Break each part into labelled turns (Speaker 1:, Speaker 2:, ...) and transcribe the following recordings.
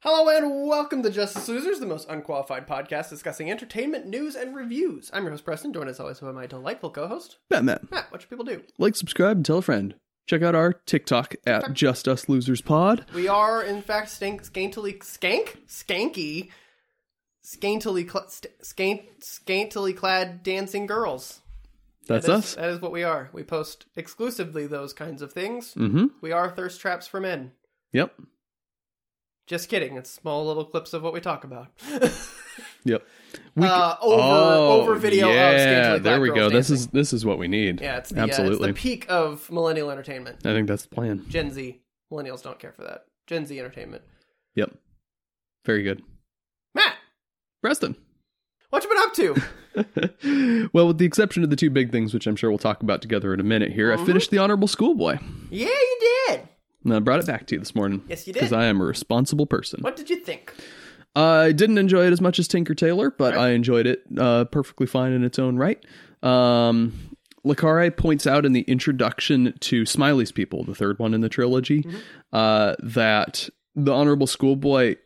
Speaker 1: Hello and welcome to Justice Losers, the most unqualified podcast discussing entertainment, news, and reviews. I'm your host Preston, joined as always by my delightful co-host
Speaker 2: Matt, Matt,
Speaker 1: Matt. What should people do?
Speaker 2: like, subscribe, and tell a friend. Check out our TikTok at Just Us Losers Pod.
Speaker 1: We are, in fact, stank, scantily skank, skanky, scantily cl- st- scant, scantily clad dancing girls.
Speaker 2: That's
Speaker 1: That is-
Speaker 2: us.
Speaker 1: That is what we are. We post exclusively those kinds of things.
Speaker 2: Mm-hmm.
Speaker 1: We are thirst traps for men.
Speaker 2: Yep.
Speaker 1: Just kidding. It's small little clips of what we talk about.
Speaker 2: Yep. We Oh,
Speaker 1: uh, over over video.
Speaker 2: yeah,
Speaker 1: of scantily clad
Speaker 2: there we
Speaker 1: girls
Speaker 2: go. This
Speaker 1: dancing.
Speaker 2: is this is what we need.
Speaker 1: Yeah, it's the,
Speaker 2: absolutely.
Speaker 1: Uh, it's the peak of millennial entertainment.
Speaker 2: I think that's the plan.
Speaker 1: Gen Z. Millennials don't care for that. Gen Z entertainment.
Speaker 2: Yep. Very good,
Speaker 1: Matt,
Speaker 2: Preston.
Speaker 1: what you been up to?
Speaker 2: well, with the exception of the two big things, which I'm sure we'll talk about together in a minute here,
Speaker 1: Mm-hmm.
Speaker 2: I finished the honorable schoolboy,
Speaker 1: yeah, you did.
Speaker 2: and I brought it back to you this morning.
Speaker 1: Yes, you did.
Speaker 2: because I am a responsible person.
Speaker 1: What did you think?
Speaker 2: I didn't enjoy it as much as Tinker Tailor, but I enjoyed it uh, perfectly fine in its own right. Um, Lacare points out in the introduction to Smiley's People, the third one in the trilogy, uh, that the Honorable Schoolboy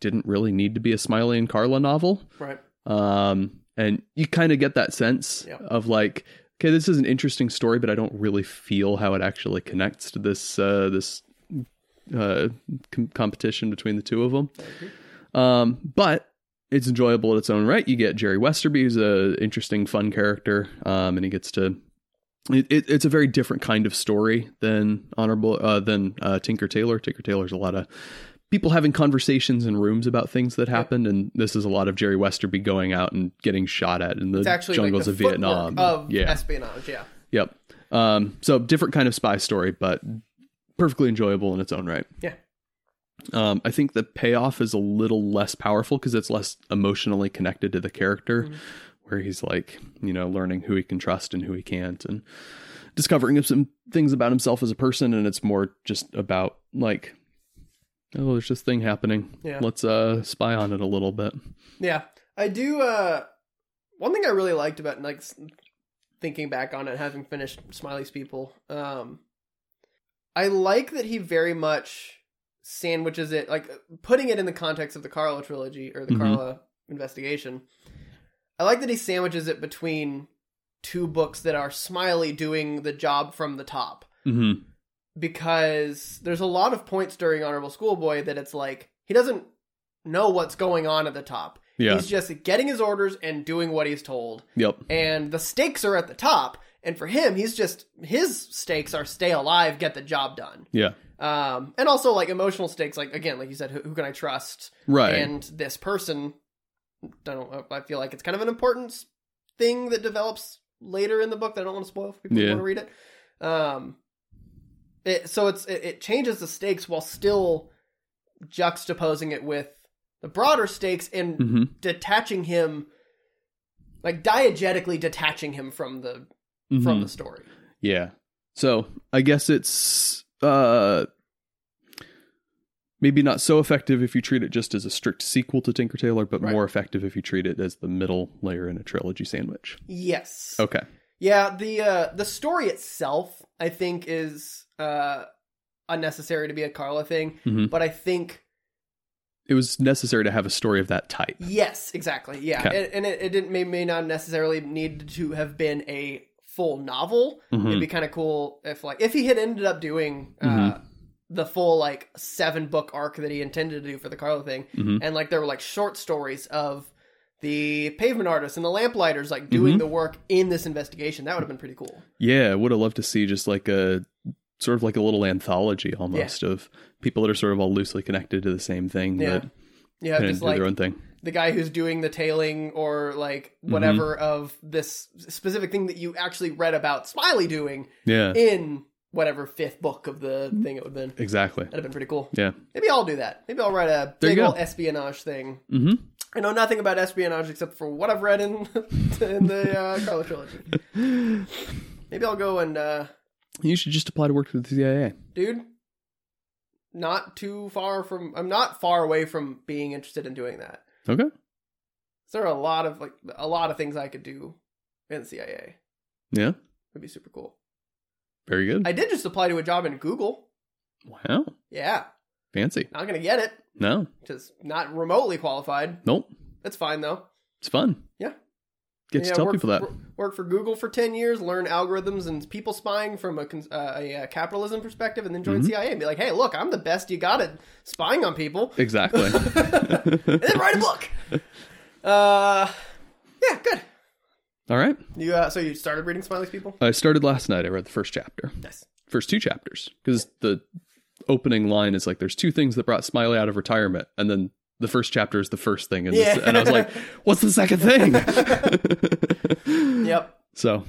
Speaker 2: didn't really need to be a Smiley and Carla novel.
Speaker 1: Right.
Speaker 2: Um, and you kind of get that sense
Speaker 1: Yeah.
Speaker 2: of like, okay, this is an interesting story, but I don't really feel how it actually connects to this uh, this uh, com- competition between the two of them. Um, but it's enjoyable in its own right. You get Jerry Westerby, who's a interesting, fun character, um, and he gets to. It, it, it's a very different kind of story than honorable uh, than uh, Tinker Tailor. Tinker Tailor's a lot of people having conversations in rooms about things that happened, and this is a lot of Jerry Westerby going out and getting shot at in the
Speaker 1: It's actually
Speaker 2: jungles
Speaker 1: like
Speaker 2: of
Speaker 1: the
Speaker 2: Vietnam.
Speaker 1: footwork Of
Speaker 2: yeah,
Speaker 1: espionage, yeah.
Speaker 2: yep. Um, so different kind of spy story, but perfectly enjoyable in its own right.
Speaker 1: Yeah.
Speaker 2: Um, I think the payoff is a little less powerful because it's less emotionally connected to the character,
Speaker 1: Mm-hmm.
Speaker 2: where he's like, you know, learning who he can trust and who he can't, and discovering some things about himself as a person. And it's more just about like, oh, there's this thing happening.
Speaker 1: Yeah.
Speaker 2: Let's uh spy on it a little bit.
Speaker 1: Yeah. I do uh one thing I really liked about like s- thinking back on it having finished Smiley's People. Um I like that he very much sandwiches it like putting it in the context of the Carla trilogy or the
Speaker 2: Mhm.
Speaker 1: Carla investigation. I like that he sandwiches it between two books that are Smiley doing the job from the top
Speaker 2: hmm
Speaker 1: because there's a lot of points during Honorable Schoolboy that it's like he doesn't know what's going on at the top.
Speaker 2: Yeah.
Speaker 1: He's just getting his orders and doing what he's told.
Speaker 2: Yep.
Speaker 1: And the stakes are at the top. And for him, he's just his stakes are stay alive, get the job done.
Speaker 2: Yeah.
Speaker 1: Um, and also like emotional stakes, like again, like you said, who, who can I trust?
Speaker 2: Right.
Speaker 1: And this person, I don't. I feel like it's kind of an important thing that develops later in the book that I don't want to spoil for people who
Speaker 2: Yeah.
Speaker 1: want to read it. Um, it so it's it, it changes the stakes while still juxtaposing it with the broader stakes and
Speaker 2: hmm
Speaker 1: detaching him like diegetically detaching him from the
Speaker 2: Mm-hmm.
Speaker 1: from the story
Speaker 2: Yeah. So I guess it's uh maybe not so effective if you treat it just as a strict sequel to Tinker Tailor, but
Speaker 1: Right.
Speaker 2: more effective if you treat it as the middle layer in a trilogy sandwich.
Speaker 1: yes
Speaker 2: Okay.
Speaker 1: yeah the uh the story itself i think is uh unnecessary to be a carla thing
Speaker 2: Mhm.
Speaker 1: but i think
Speaker 2: It was necessary to have a story of that type.
Speaker 1: yes exactly yeah
Speaker 2: Okay.
Speaker 1: and, and it, it didn't may, may not necessarily need to have been a full novel
Speaker 2: Mhm.
Speaker 1: it'd be kind of cool if like if he had ended up doing uh
Speaker 2: Mm-hmm.
Speaker 1: the full like seven book arc that he intended to do for the carla thing
Speaker 2: Mhm.
Speaker 1: and like there were like short stories of the pavement artists and the lamplighters like doing
Speaker 2: Mhm.
Speaker 1: the work in this investigation that would have been pretty cool
Speaker 2: Yeah, I would have loved to see just like a sort of like a little anthology almost of people that are sort of all loosely connected to the same thing
Speaker 1: Yeah.
Speaker 2: that
Speaker 1: you have
Speaker 2: can
Speaker 1: just
Speaker 2: do
Speaker 1: like
Speaker 2: their own Mm-hmm. thing.
Speaker 1: the guy who's doing the tailing or like whatever of this specific thing that you actually read about smiley doing
Speaker 2: Yeah. Mm-hmm.
Speaker 1: in whatever fifth book of the thing it would have been
Speaker 2: exactly.
Speaker 1: that'd have been pretty cool
Speaker 2: Yeah.
Speaker 1: maybe i'll do that maybe i'll write a
Speaker 2: There
Speaker 1: big
Speaker 2: you go.
Speaker 1: old espionage thing
Speaker 2: Mhm.
Speaker 1: i know nothing about espionage except for what i've read in, in the uh, carlo trilogy maybe i'll go and uh
Speaker 2: You should just apply to work for the CIA.
Speaker 1: dude not too far from i'm not far away from being interested in doing that
Speaker 2: Okay.
Speaker 1: So there are a lot of like a lot of things i could do in cia
Speaker 2: Yeah.
Speaker 1: would be super cool
Speaker 2: Very good.
Speaker 1: i did just apply to a job in google
Speaker 2: wow.
Speaker 1: yeah
Speaker 2: Fancy.
Speaker 1: not gonna get it
Speaker 2: No.
Speaker 1: just not remotely qualified.
Speaker 2: Nope.
Speaker 1: That's fine though.
Speaker 2: It's fun.
Speaker 1: Yeah.
Speaker 2: Get
Speaker 1: Yeah,
Speaker 2: to tell
Speaker 1: work
Speaker 2: people
Speaker 1: for-
Speaker 2: that.
Speaker 1: wor- Work for Google for ten years, learn algorithms and people spying from a, cons- uh, a, uh capitalism perspective, and then join
Speaker 2: Mhm.
Speaker 1: CIA and be like, "Hey, look, I'm the best you got at spying on people."
Speaker 2: Exactly.
Speaker 1: and then write a book. Uh, yeah, good.
Speaker 2: All right.
Speaker 1: You uh, so you started reading Smiley's People?
Speaker 2: I started last night. I read the first chapter,
Speaker 1: Nice.
Speaker 2: first two chapters, because the opening line is like, "There's two things that brought Smiley out of retirement," and then the first chapter is the first thing, and,
Speaker 1: Yeah.
Speaker 2: this, and I was like, "What's the second thing?"
Speaker 1: Yep.
Speaker 2: so,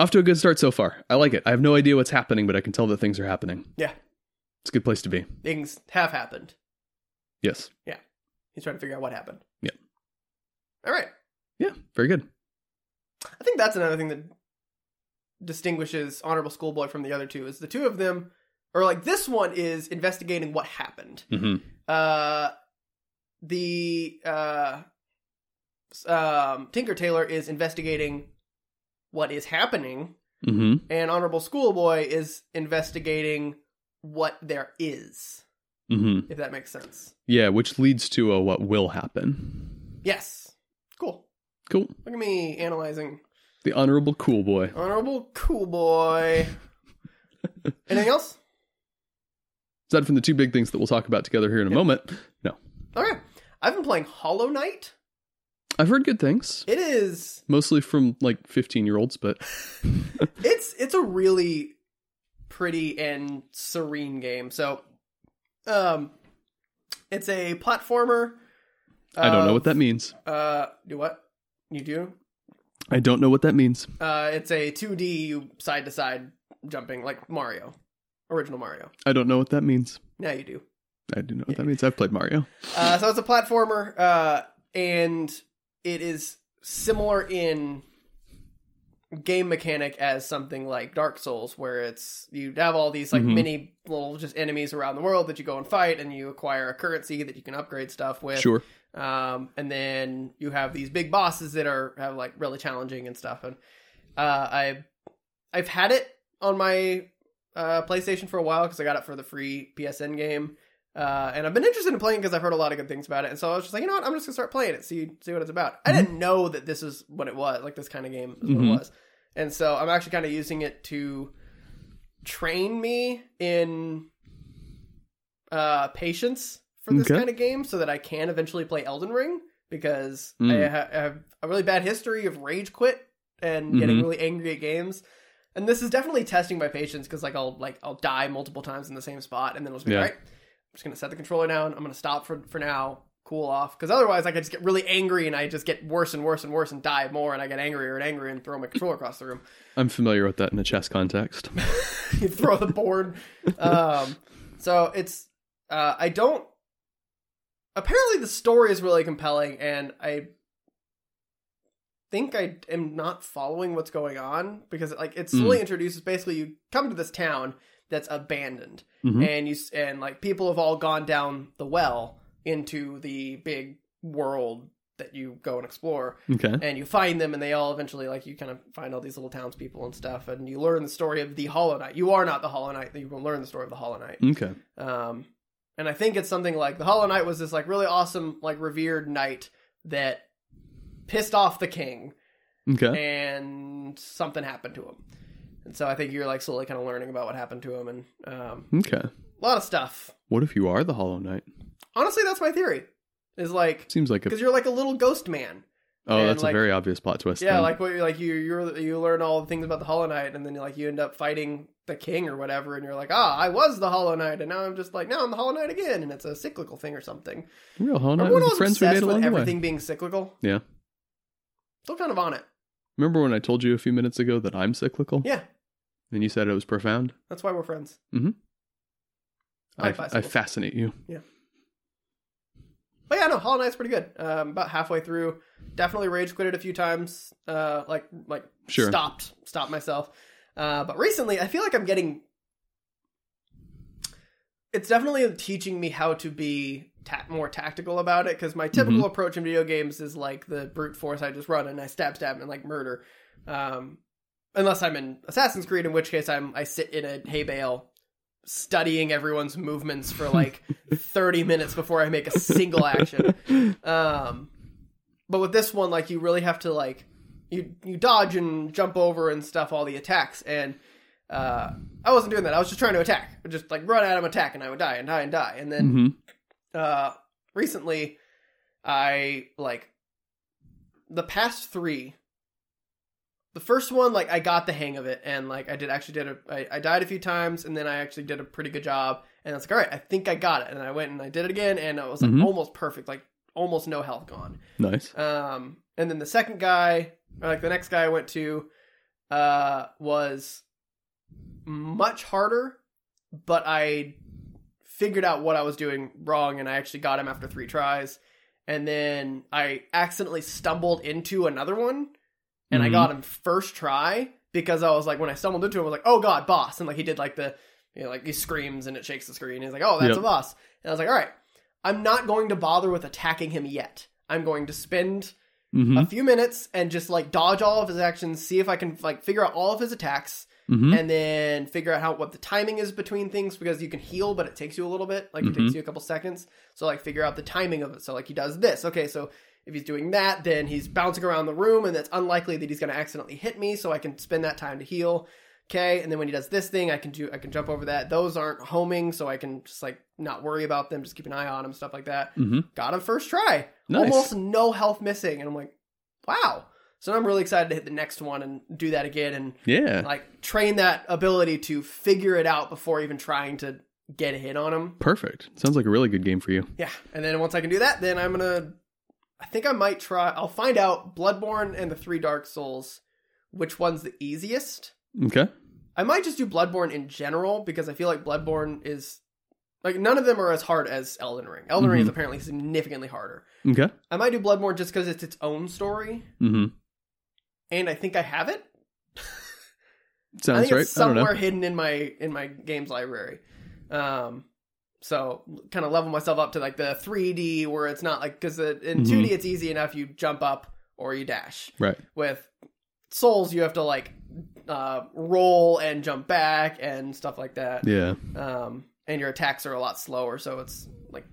Speaker 2: off to a good start so far. I like it. I have no idea what's happening, but I can tell that things are happening.
Speaker 1: Yeah.
Speaker 2: It's a good place to be.
Speaker 1: Things have happened.
Speaker 2: Yes.
Speaker 1: He's trying to figure out what happened.
Speaker 2: Yeah.
Speaker 1: All right.
Speaker 2: Yeah. Very good.
Speaker 1: I think that's another thing that distinguishes Honorable Schoolboy from the other two is the two of them or like this one is investigating what happened.
Speaker 2: hmm
Speaker 1: Uh the uh s- um Tinker Tailor is investigating what is happening
Speaker 2: hmm
Speaker 1: and Honorable Schoolboy is investigating what there is,
Speaker 2: hmm
Speaker 1: if that makes sense.
Speaker 2: Yeah, which leads to a what will happen.
Speaker 1: Yes. Cool.
Speaker 2: Cool.
Speaker 1: Look at me analyzing.
Speaker 2: The honorable cool boy.
Speaker 1: Honorable Cool Boy. Anything else?
Speaker 2: Aside from the two big things that we'll talk about together here in a moment, no,
Speaker 1: Okay. I've been playing Hollow Knight.
Speaker 2: I've heard good things,
Speaker 1: It is
Speaker 2: mostly from like fifteen-year-olds, but
Speaker 1: it's it's a really pretty and serene game. So um it's a platformer.
Speaker 2: I don't know what that means.
Speaker 1: uh do what? You do?
Speaker 2: I don't know what that means.
Speaker 1: Uh it's a 2D side to side jumping like Mario. Original Mario.
Speaker 2: I don't know what that means.
Speaker 1: Now you do.
Speaker 2: I do know what that means. I've played Mario.
Speaker 1: Uh, so it's a platformer, uh, and it is similar in game mechanic as something like Dark Souls, where it's you have all these like
Speaker 2: Mhm.
Speaker 1: mini little just enemies around the world that you go and fight, and you acquire a currency that you can upgrade stuff with.
Speaker 2: Sure.
Speaker 1: Um, and then you have these big bosses that are have like really challenging and stuff. And uh, I I've had it on my uh, PlayStation for a while because I got it for the free PSN game. Uh, and I've been interested in playing because I've heard a lot of good things about it, and so I was just like, you know what, I'm just gonna start playing it, see see what it's about. I didn't know that this is what it was, like this kind of game is what it
Speaker 2: Mhm.
Speaker 1: was, and so I'm actually kind of using it to train me in uh, patience for this
Speaker 2: Okay.
Speaker 1: kind of game, so that I can eventually play Elden Ring because I,
Speaker 2: Mm.
Speaker 1: ha- I have a really bad history of rage quit and getting
Speaker 2: Mhm.
Speaker 1: really angry at games. And this is definitely testing my patience because like I'll like I'll die multiple times in the same spot, and then I'll just be
Speaker 2: Yeah.
Speaker 1: all right. I'm just gonna set the controller down. I'm gonna stop for for now, cool off, because otherwise I could just get really angry and I just get worse and worse and worse and die more, and I get angrier and angrier and throw my controller across the room.
Speaker 2: I'm familiar with that in a chess context.
Speaker 1: you throw the board. Um, so it's uh, I don't. Apparently, the story is really compelling, and I think I am not following what's going on because like it slowly introduces. Basically, you come to this town that's abandoned,
Speaker 2: Mhm.
Speaker 1: and you s- and like people have all gone down the well into the big world that you go and explore
Speaker 2: Okay.
Speaker 1: and you find them and they all eventually like you kind of find all these little townspeople and stuff and you learn the story of the hollow knight you are not the hollow knight you will learn the story of the hollow knight
Speaker 2: Okay.
Speaker 1: um and i think it's something like the hollow knight was this like really awesome like revered knight that pissed off the king
Speaker 2: Okay.
Speaker 1: and something happened to him and so i think you're like slowly kind of learning about what happened to him and um
Speaker 2: Okay.
Speaker 1: a lot of stuff
Speaker 2: What if you are the Hollow Knight?
Speaker 1: honestly that's my theory is like
Speaker 2: Seems like a
Speaker 1: because you're like a little ghost man
Speaker 2: oh,
Speaker 1: and
Speaker 2: that's
Speaker 1: like-
Speaker 2: a very obvious plot twist.
Speaker 1: Yeah,
Speaker 2: then.
Speaker 1: like what you like you you you learn all the things about the Hollow Knight, and then like you end up fighting the king or whatever, and you're like, ah, I was the Hollow Knight, and now I'm just like, now I'm the Hollow Knight again, and it's a cyclical thing or something.
Speaker 2: real Hollow Knight
Speaker 1: Remember when I
Speaker 2: was the
Speaker 1: was
Speaker 2: friends we made
Speaker 1: obsessed
Speaker 2: along
Speaker 1: with
Speaker 2: the way.
Speaker 1: everything being cyclical?
Speaker 2: Yeah.
Speaker 1: Still kind of on it.
Speaker 2: Remember when I told you a few minutes ago that I'm cyclical?
Speaker 1: Yeah,
Speaker 2: And you said it was profound?
Speaker 1: that's why we're friends.
Speaker 2: I,
Speaker 1: I'm
Speaker 2: Mm-hmm. I
Speaker 1: bicycle.
Speaker 2: fascinate you.
Speaker 1: But yeah, no, Hollow Knight's pretty good. Um, about halfway through, definitely rage quitted a few times. Uh, like like
Speaker 2: Sure.
Speaker 1: stopped stopped myself. Uh, but recently, I feel like I'm getting. It's definitely teaching me how to be ta- more tactical about it because my typical approach in video games is like the brute force. I just run and I stab, stab, and like murder. Um, unless I'm in Assassin's Creed, in which case I'm I sit in a hay bale, studying everyone's movements for like 30 minutes before I make a single action. Um, but with this one, like you really have to like you you dodge and jump over and stuff all the attacks. And uh, I wasn't doing that. I was just trying to attack, I would just like run at him, attack, and I would die and die and die. And then
Speaker 2: Mhm.
Speaker 1: uh, recently, I like the past three. The first one, like I got the hang of it, and like I did actually did a I, I died a few times, and then I actually did a pretty good job, and I was like, all right, I think I got it, and I went and I did it again, and it was like
Speaker 2: Mhm.
Speaker 1: almost perfect, like almost no health gone.
Speaker 2: Nice.
Speaker 1: Um, and then the second guy, or like the next guy I went to, uh, was much harder, but I figured out what I was doing wrong, and I actually got him after three tries. And then I accidentally stumbled into another one, and I
Speaker 2: Mhm.
Speaker 1: got him first try because I was like, when I stumbled into him, I was like, oh god, boss, and like he did like the, you know, like he screams and it shakes the screen. He's like, oh, that's
Speaker 2: Yep.
Speaker 1: a boss, and I was like, all right, I'm not going to bother with attacking him yet. I'm going to spend
Speaker 2: hmm
Speaker 1: a few minutes and just like dodge all of his actions, see if I can like figure out all of his attacks,
Speaker 2: hmm
Speaker 1: and then figure out how what the timing is between things because you can heal, but it takes you a little bit. Like it
Speaker 2: Mhm.
Speaker 1: takes you a couple seconds. So like figure out the timing of it. So like he does this. Okay, so if he's doing that, then he's bouncing around the room, and that's unlikely that he's going to accidentally hit me. So I can spend that time to heal. Okay, and then when he does this thing, I can do I can jump over that. Those aren't homing, so I can just like not worry about them, just keep an eye on them, stuff like that
Speaker 2: hmm
Speaker 1: got him first try.
Speaker 2: Nice.
Speaker 1: Almost no health missing, and I'm like, wow. So I'm really excited to hit the next one and do that again and
Speaker 2: Yeah.
Speaker 1: like train that ability to figure it out before even trying to get a hit on him.
Speaker 2: Perfect. Sounds like a really good game for you.
Speaker 1: Yeah, and then once I can do that, then I'm gonna. I think I might try. I'll find out Bloodborne and the three Dark Souls, which one's the easiest.
Speaker 2: Okay.
Speaker 1: I might just do Bloodborne in general because I feel like Bloodborne is like none of them are as hard as Elden Ring. Elden Ring is apparently significantly harder.
Speaker 2: Okay.
Speaker 1: I might do Bloodborne just because it's its own story,
Speaker 2: hmm
Speaker 1: and I think I have it. I
Speaker 2: Sounds
Speaker 1: think
Speaker 2: right.
Speaker 1: it's
Speaker 2: I don't know.
Speaker 1: somewhere hidden in my in my games library. Um, so kind of level myself up to like the 3D where it's not like because in
Speaker 2: Mm-hmm.
Speaker 1: 2D it's easy enough you jump up or you dash.
Speaker 2: Right.
Speaker 1: With Souls, you have to like uh, roll and jump back and stuff like that.
Speaker 2: Yeah.
Speaker 1: um, and your attacks are a lot slower, so it's like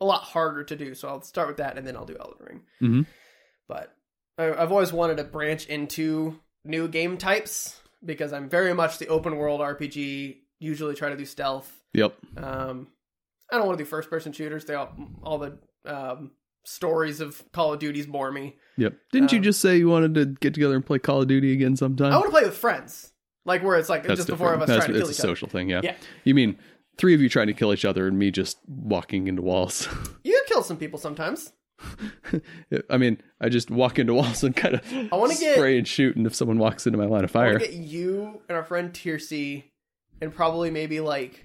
Speaker 1: a lot harder to do. So I'll start with that, and then I'll do Elden Ring.
Speaker 2: Mhm.
Speaker 1: But I, I've always wanted to branch into new game types because I'm very much the open world RPG. Usually try to do stealth.
Speaker 2: Yep.
Speaker 1: Um, I don't want to do first person shooters. They all all the um, stories of Call of Duties bore me.
Speaker 2: Yep. Didn't you
Speaker 1: Um, Oh,
Speaker 2: just say you wanted to get together and play Call of Duty again sometime?
Speaker 1: I want to play with friends, like where it's like just the four of us
Speaker 2: Oh. That's,
Speaker 1: trying to kill
Speaker 2: it's
Speaker 1: each
Speaker 2: a
Speaker 1: other.
Speaker 2: social thing. Yeah.
Speaker 1: Yeah.
Speaker 2: You mean three of you trying to kill each other and me just walking into walls?
Speaker 1: You can kill some people sometimes.
Speaker 2: I mean, I just walk into walls and kind of
Speaker 1: I wanna get-
Speaker 2: spray and shoot, and if someone walks into my line of
Speaker 1: I
Speaker 2: fire,
Speaker 1: want to get you and our friend Tiercy and probably maybe like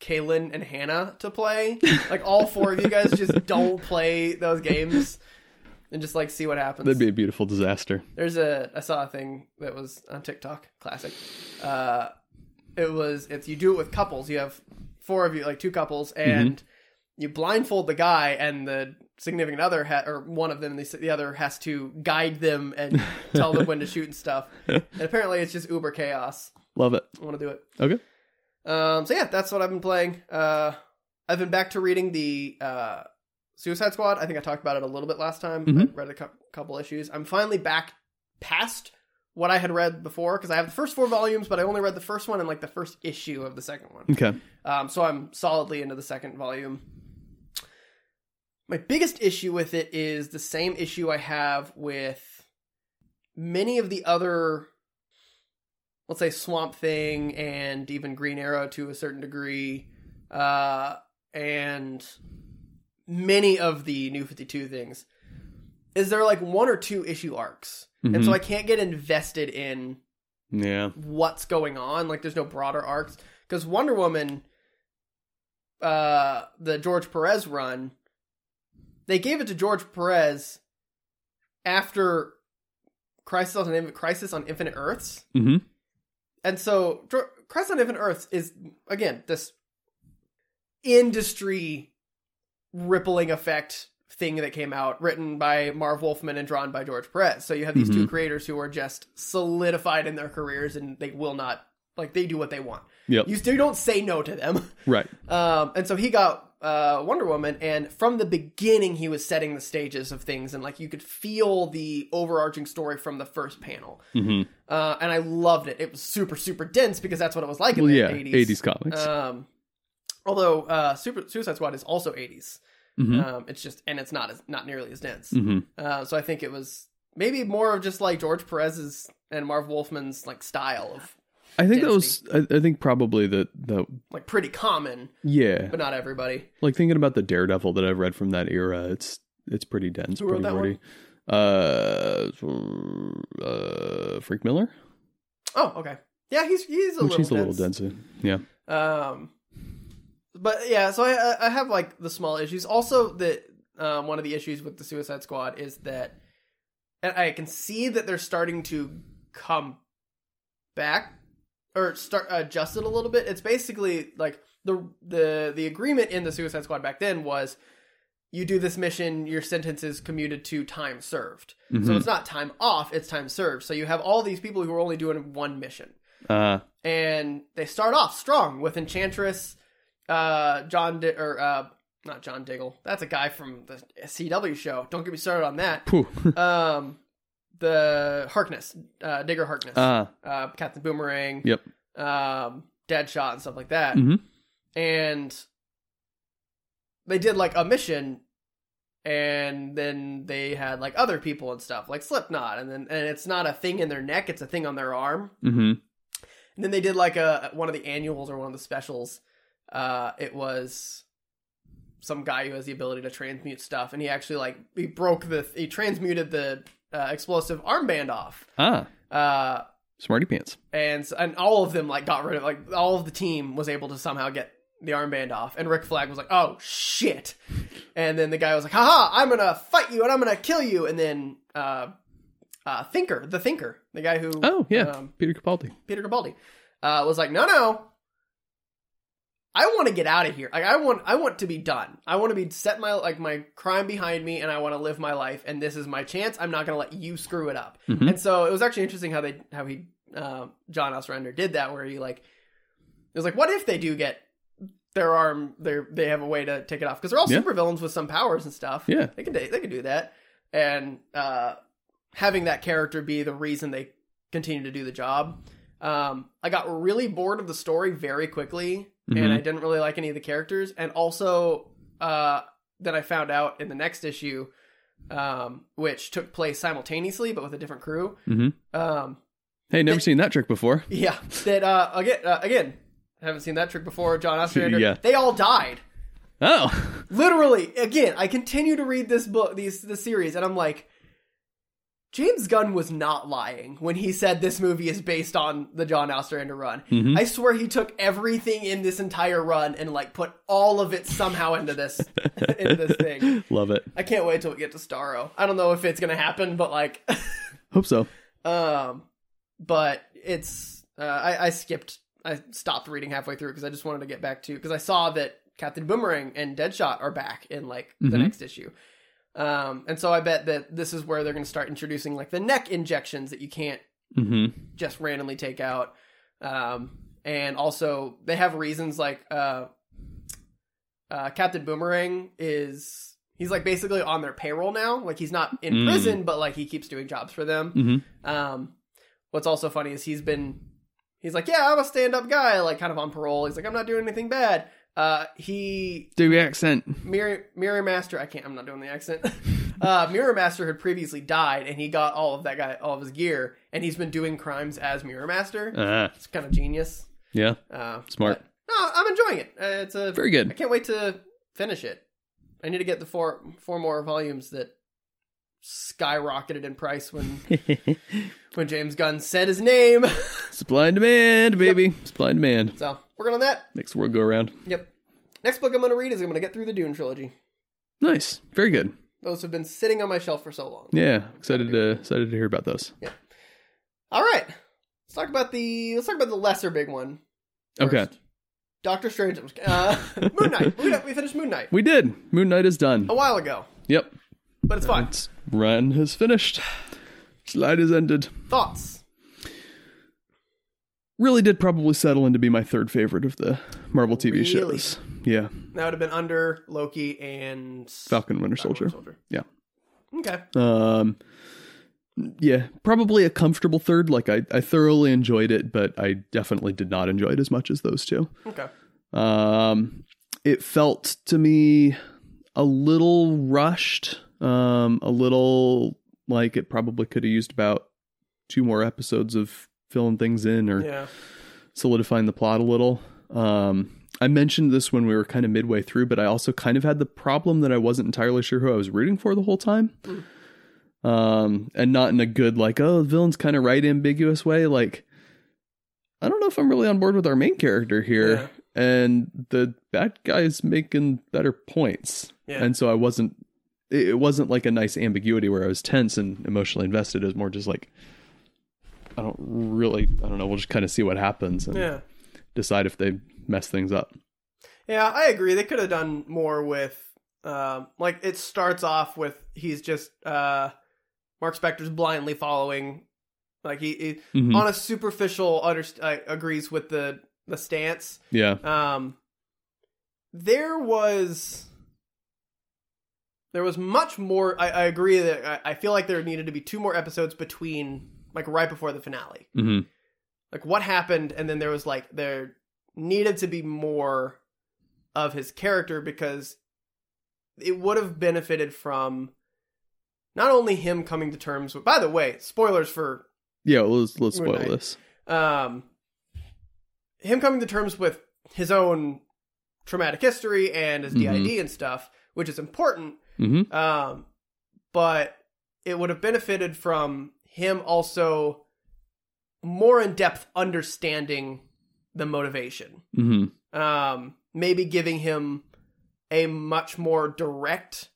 Speaker 1: Kaylin and Hannah to play. Like all four of you guys just don't play those games and just like see what happens.
Speaker 2: that'd be a beautiful disaster.
Speaker 1: There's a I saw a thing that was on TikTok, classic. Uh, it was if you do it with couples, you have four of you, like two couples, and you blindfold the guy and the significant other ha- or one of them, and the, the other has to guide them and tell them when to shoot and stuff. And apparently, it's just uber chaos.
Speaker 2: Love it.
Speaker 1: I want to do it.
Speaker 2: Okay.
Speaker 1: Um, so yeah, that's what I've been playing. Uh, I've been back to reading the uh, Suicide Squad. I think I talked about it a little bit last time. I
Speaker 2: Mhm.
Speaker 1: read a cou- couple issues. I'm finally back past what I had read before because I have the first four volumes, but I only read the first one and like the first issue of the second one.
Speaker 2: Okay.
Speaker 1: Um, so I'm solidly into the second volume. My biggest issue with it is the same issue I have with many of the other, let's say, Swamp Thing and even Green Arrow to a certain degree, uh, and many of the New 52 things. Is there like one or two issue arcs? And so
Speaker 2: Mhm.
Speaker 1: I can't get invested in
Speaker 2: Yeah.
Speaker 1: what's going on. Like there's no broader arcs because Wonder Woman, uh, the George Perez run, they gave it to George Perez after Crisis on Infinite, Crisis on Infinite Earths,
Speaker 2: hmm
Speaker 1: and so Dr- Crisis on Infinite Earths is again this industry rippling effect thing that came out written by Marv Wolfman and drawn by George Perez. So you have these two creators who are just solidified in their careers and they will not Like they do what they want.
Speaker 2: Yep.
Speaker 1: You still don't say no to them.
Speaker 2: right.
Speaker 1: Um, and so he got uh, Wonder Woman, and from the beginning, he was setting the stages of things, and like you could feel the overarching story from the first panel.
Speaker 2: Mm-hmm.
Speaker 1: Uh, and I loved it. It was super, super dense because that's what it was like in
Speaker 2: Well,
Speaker 1: the
Speaker 2: yeah.
Speaker 1: 80s.
Speaker 2: 80s, comics.
Speaker 1: Um, although uh, super, Suicide Squad is also 80s.
Speaker 2: mm-hmm.
Speaker 1: Um, it's just, and it's not as not nearly as dense.
Speaker 2: mm-hmm.
Speaker 1: Uh, so I think it was maybe more of just like George Perez's and Marv Wolfman's like style of
Speaker 2: I think
Speaker 1: density.
Speaker 2: that was. I, I think probably that that
Speaker 1: like pretty common,
Speaker 2: yeah.
Speaker 1: but not everybody.
Speaker 2: like thinking about the Daredevil that I've read from that era, it's it's pretty dense.
Speaker 1: Who wrote
Speaker 2: pretty
Speaker 1: that
Speaker 2: wordy. Uh, uh, Frank Miller,
Speaker 1: Oh, okay. Yeah, he's he's a
Speaker 2: which
Speaker 1: little
Speaker 2: he's a
Speaker 1: dense.
Speaker 2: little denser. Yeah,
Speaker 1: Um, but yeah, so I- I I have like the small issues. Also, that um, one of the issues with the Suicide Squad is that, and I can see that they're starting to come back or start adjust it a little bit. It's basically like the the the agreement in the Suicide Squad back then was. You do this mission, your sentence is commuted to time served. So
Speaker 2: Mhm.
Speaker 1: it's not time off, it's time served. So you have all these people who are only doing one mission
Speaker 2: uh,
Speaker 1: and they start off strong with Enchantress, uh, John Di- or uh, not John Diggle. That's a guy from the CW show. Don't get me started on that.
Speaker 2: phew.
Speaker 1: Um, the Harkness, uh, Digger Harkness, uh,
Speaker 2: Ah,
Speaker 1: Captain Boomerang,
Speaker 2: yep.
Speaker 1: um, Deadshot, and stuff like that.
Speaker 2: Mhm.
Speaker 1: And they did like a mission. And then they had like other people and stuff, like Slipknot, and then and it's not a thing in their neck; it's a thing on their arm.
Speaker 2: Mm-hmm.
Speaker 1: And then they did like a one of the annuals or one of the specials. Uh, it was some guy who has the ability to transmute stuff, and he actually like he broke the he transmuted the uh, explosive armband off.
Speaker 2: Ah,
Speaker 1: Uh,
Speaker 2: smarty pants.
Speaker 1: and s- and all of them like got rid of like all of the team was able to somehow get the armband off. And Rick Flag was like, "Oh shit!" And then the guy was like, "Haha, I'm gonna fight you and I'm gonna kill you." And then uh, uh, Thinker, the Thinker, the guy who
Speaker 2: Oh yeah,
Speaker 1: um,
Speaker 2: Peter Capaldi.
Speaker 1: Peter Capaldi, uh, was like, no, no, I want to get out of here. Like, I want, I want to be done. I want to be set my like my crime behind me, and I want to live my life. And this is my chance. I'm not going to let you screw it up.
Speaker 2: Mhm.
Speaker 1: And so it was actually interesting how they, how he, uh, John Ostrander did that, where he like, it was like, what if they do get their arm? They they have a way to take it off because they're all
Speaker 2: Yeah.
Speaker 1: supervillains with some powers and stuff.
Speaker 2: Yeah.
Speaker 1: they could they could do that, and uh, having that character be the reason they continue to do the job um, I got really bored of the story very quickly,
Speaker 2: Mhm.
Speaker 1: and I didn't really like any of the characters. And also, uh, that I found out in the next issue, um, which took place simultaneously but with a different crew.
Speaker 2: Mhm.
Speaker 1: Um,
Speaker 2: Hey, never seen that trick before.
Speaker 1: yeah, that uh, again, uh, again, haven't seen that trick before. John Ostrander,
Speaker 2: Yeah.
Speaker 1: they all died.
Speaker 2: Oh,
Speaker 1: Literally, again, I continue to read this book, these the series, and I'm like, James Gunn was not lying when he said this movie is based on the John Ostrander run.
Speaker 2: Mhm.
Speaker 1: I swear he took everything in this entire run and like put all of it somehow into this into this thing.
Speaker 2: love it.
Speaker 1: I can't wait till we get to Starro. I don't know if it's gonna happen, but like,
Speaker 2: Hope so.
Speaker 1: um, but it's uh, I, I skipped, I stopped reading halfway through because I just wanted to get back to because I saw that Captain Boomerang and Deadshot are back in like the
Speaker 2: Mhm.
Speaker 1: next issue. Um, and so I bet that this is where they're going to start introducing like the neck injections that you can't
Speaker 2: Mm-hmm.
Speaker 1: just randomly take out. Um, and also they have reasons like uh, uh, Captain Boomerang is he's like basically on their payroll now. Like he's not in
Speaker 2: Mm.
Speaker 1: prison, but like he keeps doing jobs for them.
Speaker 2: Mm-hmm.
Speaker 1: Um, what's also funny is he's been he's like, yeah, I'm a stand up guy, like kind of on parole. He's like, I'm not doing anything bad. Uh, he
Speaker 2: Do your accent.
Speaker 1: Mirror, Mirror Master, I can't, I'm not doing the accent. Uh, Mirror Master had previously died, and he got all of that guy, all of his gear, and he's been doing crimes as Mirror Master.
Speaker 2: Ah,
Speaker 1: It's kind of genius.
Speaker 2: yeah,
Speaker 1: Uh,
Speaker 2: Smart.
Speaker 1: but- no, I'm enjoying it. Uh, it's a,
Speaker 2: very
Speaker 1: I
Speaker 2: good.
Speaker 1: can't wait to finish it. I need to get the four four more volumes that skyrocketed in price when when James Gunn said his name.
Speaker 2: Supply and demand, baby. Supply and demand.
Speaker 1: so working on that.
Speaker 2: Makes the world go around.
Speaker 1: Yep. Next book I'm going to read is I'm going to get through the Dune trilogy.
Speaker 2: Nice. Very good.
Speaker 1: Those have been sitting on my shelf for so long.
Speaker 2: Yeah. Excited to excited to hear about those.
Speaker 1: All right. Let's talk about the let's talk about the lesser big one.
Speaker 2: Okay.
Speaker 1: Doctor Strange. I'm just kidding. Uh, Moon Knight. Moon Knight. We finished Moon Knight
Speaker 2: We did. Moon Knight is done.
Speaker 1: a while ago,
Speaker 2: Yep.
Speaker 1: but it's Oh. fine.
Speaker 2: Its run has finished. Slide has ended.
Speaker 1: Thoughts?
Speaker 2: really did probably settle in to be my third favorite of the Marvel TV
Speaker 1: Really?
Speaker 2: shows. Yeah,
Speaker 1: That would have been under Loki and
Speaker 2: Falcon and Winter
Speaker 1: Falcon
Speaker 2: Soldier. Yeah.
Speaker 1: Okay.
Speaker 2: Um, yeah, probably a comfortable third. Like I, I thoroughly enjoyed it, but I definitely did not enjoy it as much as those two.
Speaker 1: Okay.
Speaker 2: Um, it felt to me a little rushed, um, a little like it probably could have used about two more episodes of filling things in or
Speaker 1: Yeah.
Speaker 2: solidifying the plot a little. Um, I mentioned this when we were kind of midway through, but I also kind of had the problem that I wasn't entirely sure who I was rooting for the whole time. Um, and not in a good, like, oh, the villain's kind of right ambiguous way. Like, I don't know if I'm really on board with our main character here.
Speaker 1: Yeah.
Speaker 2: And the bad guy's making better points.
Speaker 1: Yeah.
Speaker 2: And so I wasn't, it it wasn't like a nice ambiguity where I was tense and emotionally invested. It was more just like, I don't really, I don't know. We'll just kind of see what happens. And
Speaker 1: Yeah.
Speaker 2: decide if they mess things up.
Speaker 1: Yeah, I agree. They could have done more with, um, like it starts off with he's just uh, Mark Spector's blindly following, like he, he
Speaker 2: Mhm.
Speaker 1: on a superficial under, uh, agrees with the the stance.
Speaker 2: Yeah.
Speaker 1: Um, there was there was much more. I, I agree that I, I feel like there needed to be two more episodes between, like right before the finale
Speaker 2: hmm
Speaker 1: like what happened and then there was like there needed to be more of his character because it would have benefited from not only him coming to terms with by the way spoilers for
Speaker 2: Yeah. well, Let's let's spoil
Speaker 1: Right.
Speaker 2: this.
Speaker 1: um him coming to terms with his own traumatic history and his DID and stuff which is important
Speaker 2: hmm
Speaker 1: um, but it would have benefited from him also more in depth understanding the motivation.
Speaker 2: hmm
Speaker 1: Um, maybe giving him a much more direct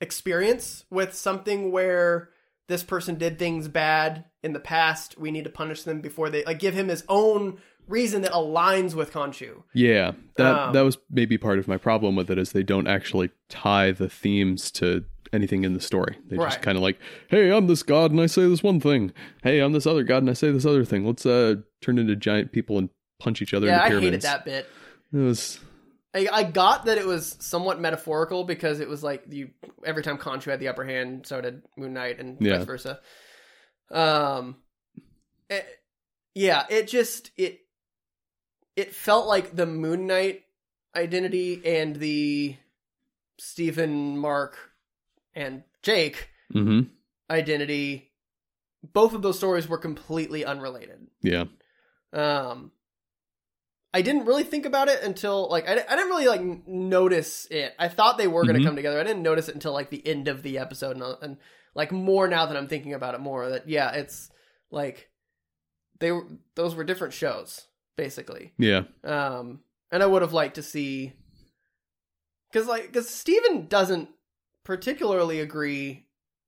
Speaker 1: experience with something where this person did things bad in the past. We need to punish them before they like give him his own reason that aligns with Khonshu.
Speaker 2: Yeah. That
Speaker 1: Um,
Speaker 2: that was maybe part of my problem with it is they don't actually tie the themes to anything in the story. They
Speaker 1: Right.
Speaker 2: just kind of like, hey, I'm this god and I say this one thing. Hey, I'm this other god and I say this other thing. Let's uh turn into giant people and punch each other
Speaker 1: Yeah, I
Speaker 2: in the
Speaker 1: hated
Speaker 2: pyramids.
Speaker 1: that bit.
Speaker 2: It was
Speaker 1: I, I got that it was somewhat metaphorical because it was like you every time Khonshu had the upper hand, so did Moon Knight, and
Speaker 2: Yeah.
Speaker 1: vice versa. Um, it, yeah, it just it it felt like the Moon Knight identity and the Stephen, Mark, and Jake
Speaker 2: hmm
Speaker 1: identity. Both of those stories were completely unrelated.
Speaker 2: yeah.
Speaker 1: Um, I didn't really think about it until like I, I didn't really like n- notice it. I thought they were going to
Speaker 2: Mhm.
Speaker 1: come together. I didn't notice it until like the end of the episode, and, uh, and like more now that I'm thinking about it more. That yeah, it's like they were those were different shows basically.
Speaker 2: Yeah.
Speaker 1: Um, and I would have liked to see because like because Steven doesn't particularly agree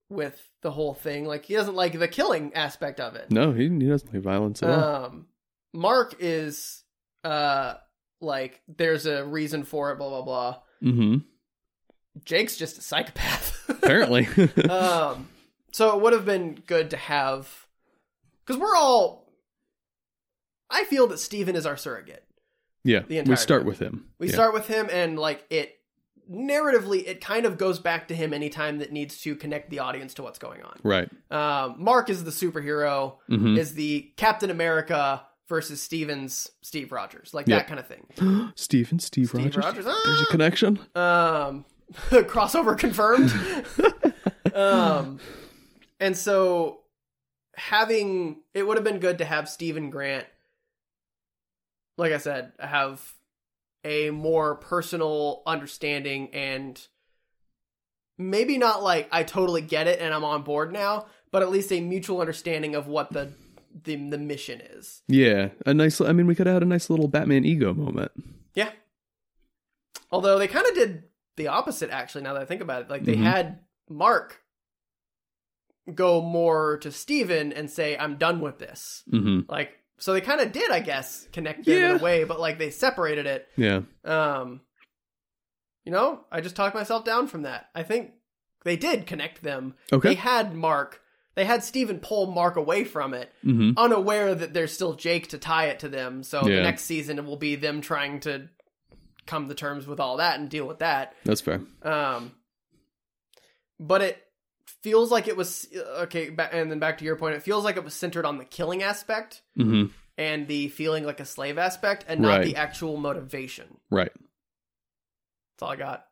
Speaker 1: with the whole thing. Like he doesn't like the killing aspect of it.
Speaker 2: No, he, he doesn't like violence at all.
Speaker 1: Um, Mark is uh like there's a reason for it, blah blah blah.
Speaker 2: hmm
Speaker 1: Jake's just a psychopath.
Speaker 2: Apparently.
Speaker 1: um, so it would have been good to have because we're all. I feel that Steven is our surrogate.
Speaker 2: yeah.
Speaker 1: the entire
Speaker 2: We start
Speaker 1: time.
Speaker 2: with him.
Speaker 1: We
Speaker 2: yeah.
Speaker 1: start with him, and like it narratively, it kind of goes back to him anytime that needs to connect the audience to what's going on.
Speaker 2: Right.
Speaker 1: Um, Mark is the superhero.
Speaker 2: hmm
Speaker 1: is the Captain America versus Stevens Steve Rogers, like
Speaker 2: Yeah.
Speaker 1: that kind of thing.
Speaker 2: Steve and Steve,
Speaker 1: Steve
Speaker 2: Rogers.
Speaker 1: Rogers, ah!
Speaker 2: There's a connection.
Speaker 1: Um, crossover confirmed. um, and so having it would have been good to have Steven Grant, like I said, have a more personal understanding and maybe not like I totally get it and I'm on board now, but at least a mutual understanding of what the the, the mission is.
Speaker 2: Yeah, a nice. I mean, we could have had a nice little Batman ego moment.
Speaker 1: Yeah. Although they kind of did the opposite, actually, now that I think about it. Like, they
Speaker 2: Mhm.
Speaker 1: had Mark go more to Steven and say, I'm done with this.
Speaker 2: hmm
Speaker 1: Like, so they kind of did, I guess, connect them in
Speaker 2: Yeah.
Speaker 1: a way, but like they separated it.
Speaker 2: Yeah,
Speaker 1: Um, you know, I just talked myself down from that. I think they did connect them.
Speaker 2: Okay.
Speaker 1: They had Mark. They had Stephen pull Mark away from it,
Speaker 2: hmm
Speaker 1: unaware that there's still Jake to tie it to them. So the
Speaker 2: Yeah.
Speaker 1: next season it will be them trying to come to terms with all that and deal with that.
Speaker 2: That's fair.
Speaker 1: Um, but it feels like it was okay. ba- And then back to your point, it feels like it was centered on the killing aspect
Speaker 2: hmm
Speaker 1: and the feeling like a slave aspect, and not
Speaker 2: Right.
Speaker 1: the actual motivation.
Speaker 2: Right.
Speaker 1: That's all I got.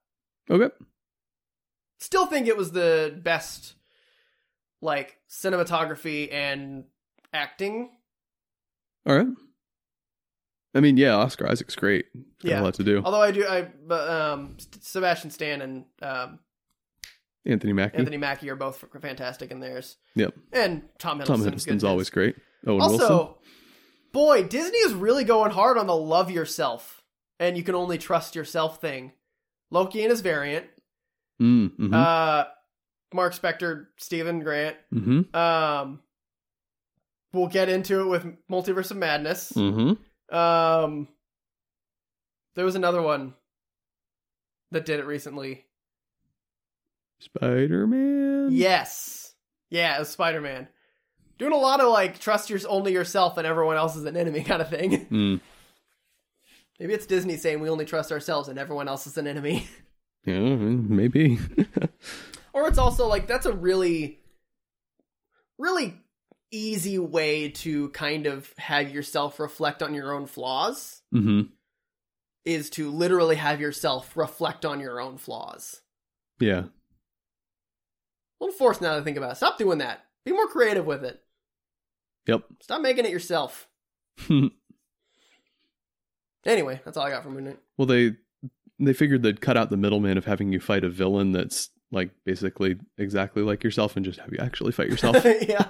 Speaker 2: Okay.
Speaker 1: Still think it was the best, like cinematography and acting.
Speaker 2: All right. I mean, yeah, Oscar Isaac's great. He's got
Speaker 1: Yeah.
Speaker 2: a lot to do.
Speaker 1: Although I do, I but, um, S- Sebastian Stan and um,
Speaker 2: Anthony Mackie.
Speaker 1: Anthony Mackie are both f- fantastic in theirs.
Speaker 2: Yep.
Speaker 1: And Tom Hiddleston's,
Speaker 2: Tom
Speaker 1: good in
Speaker 2: Hiddleston's
Speaker 1: his.
Speaker 2: always great. Owen
Speaker 1: also,
Speaker 2: Wilson.
Speaker 1: boy, Disney is really going hard on the love yourself and you can only trust yourself thing. Loki and his variant,
Speaker 2: Mm, hmm
Speaker 1: uh, Mark Spector, Stephen Grant.
Speaker 2: hmm
Speaker 1: Um, we'll get into it with Multiverse of Madness.
Speaker 2: hmm
Speaker 1: Um, there was another one that did it recently.
Speaker 2: Spider Man.
Speaker 1: Yes, yeah, it was Spider Man. Doing a lot of like trust your only yourself and everyone else is an enemy kind of thing.
Speaker 2: Mm.
Speaker 1: Maybe it's Disney saying we only trust ourselves and everyone else is an enemy.
Speaker 2: Yeah, maybe.
Speaker 1: or it's also like that's a really, really easy way to kind of have yourself reflect on your own flaws.
Speaker 2: hmm
Speaker 1: is to literally have yourself reflect on your own flaws.
Speaker 2: Yeah.
Speaker 1: A little forced now that I think about it. Stop doing that. Be more creative with it.
Speaker 2: Yep.
Speaker 1: Stop making it yourself.
Speaker 2: well,
Speaker 1: Anyway, that's all I got from Moon Knight.
Speaker 2: they they figured they'd cut out the middleman of having you fight a villain that's like basically exactly like yourself and just have you actually fight yourself.
Speaker 1: yeah,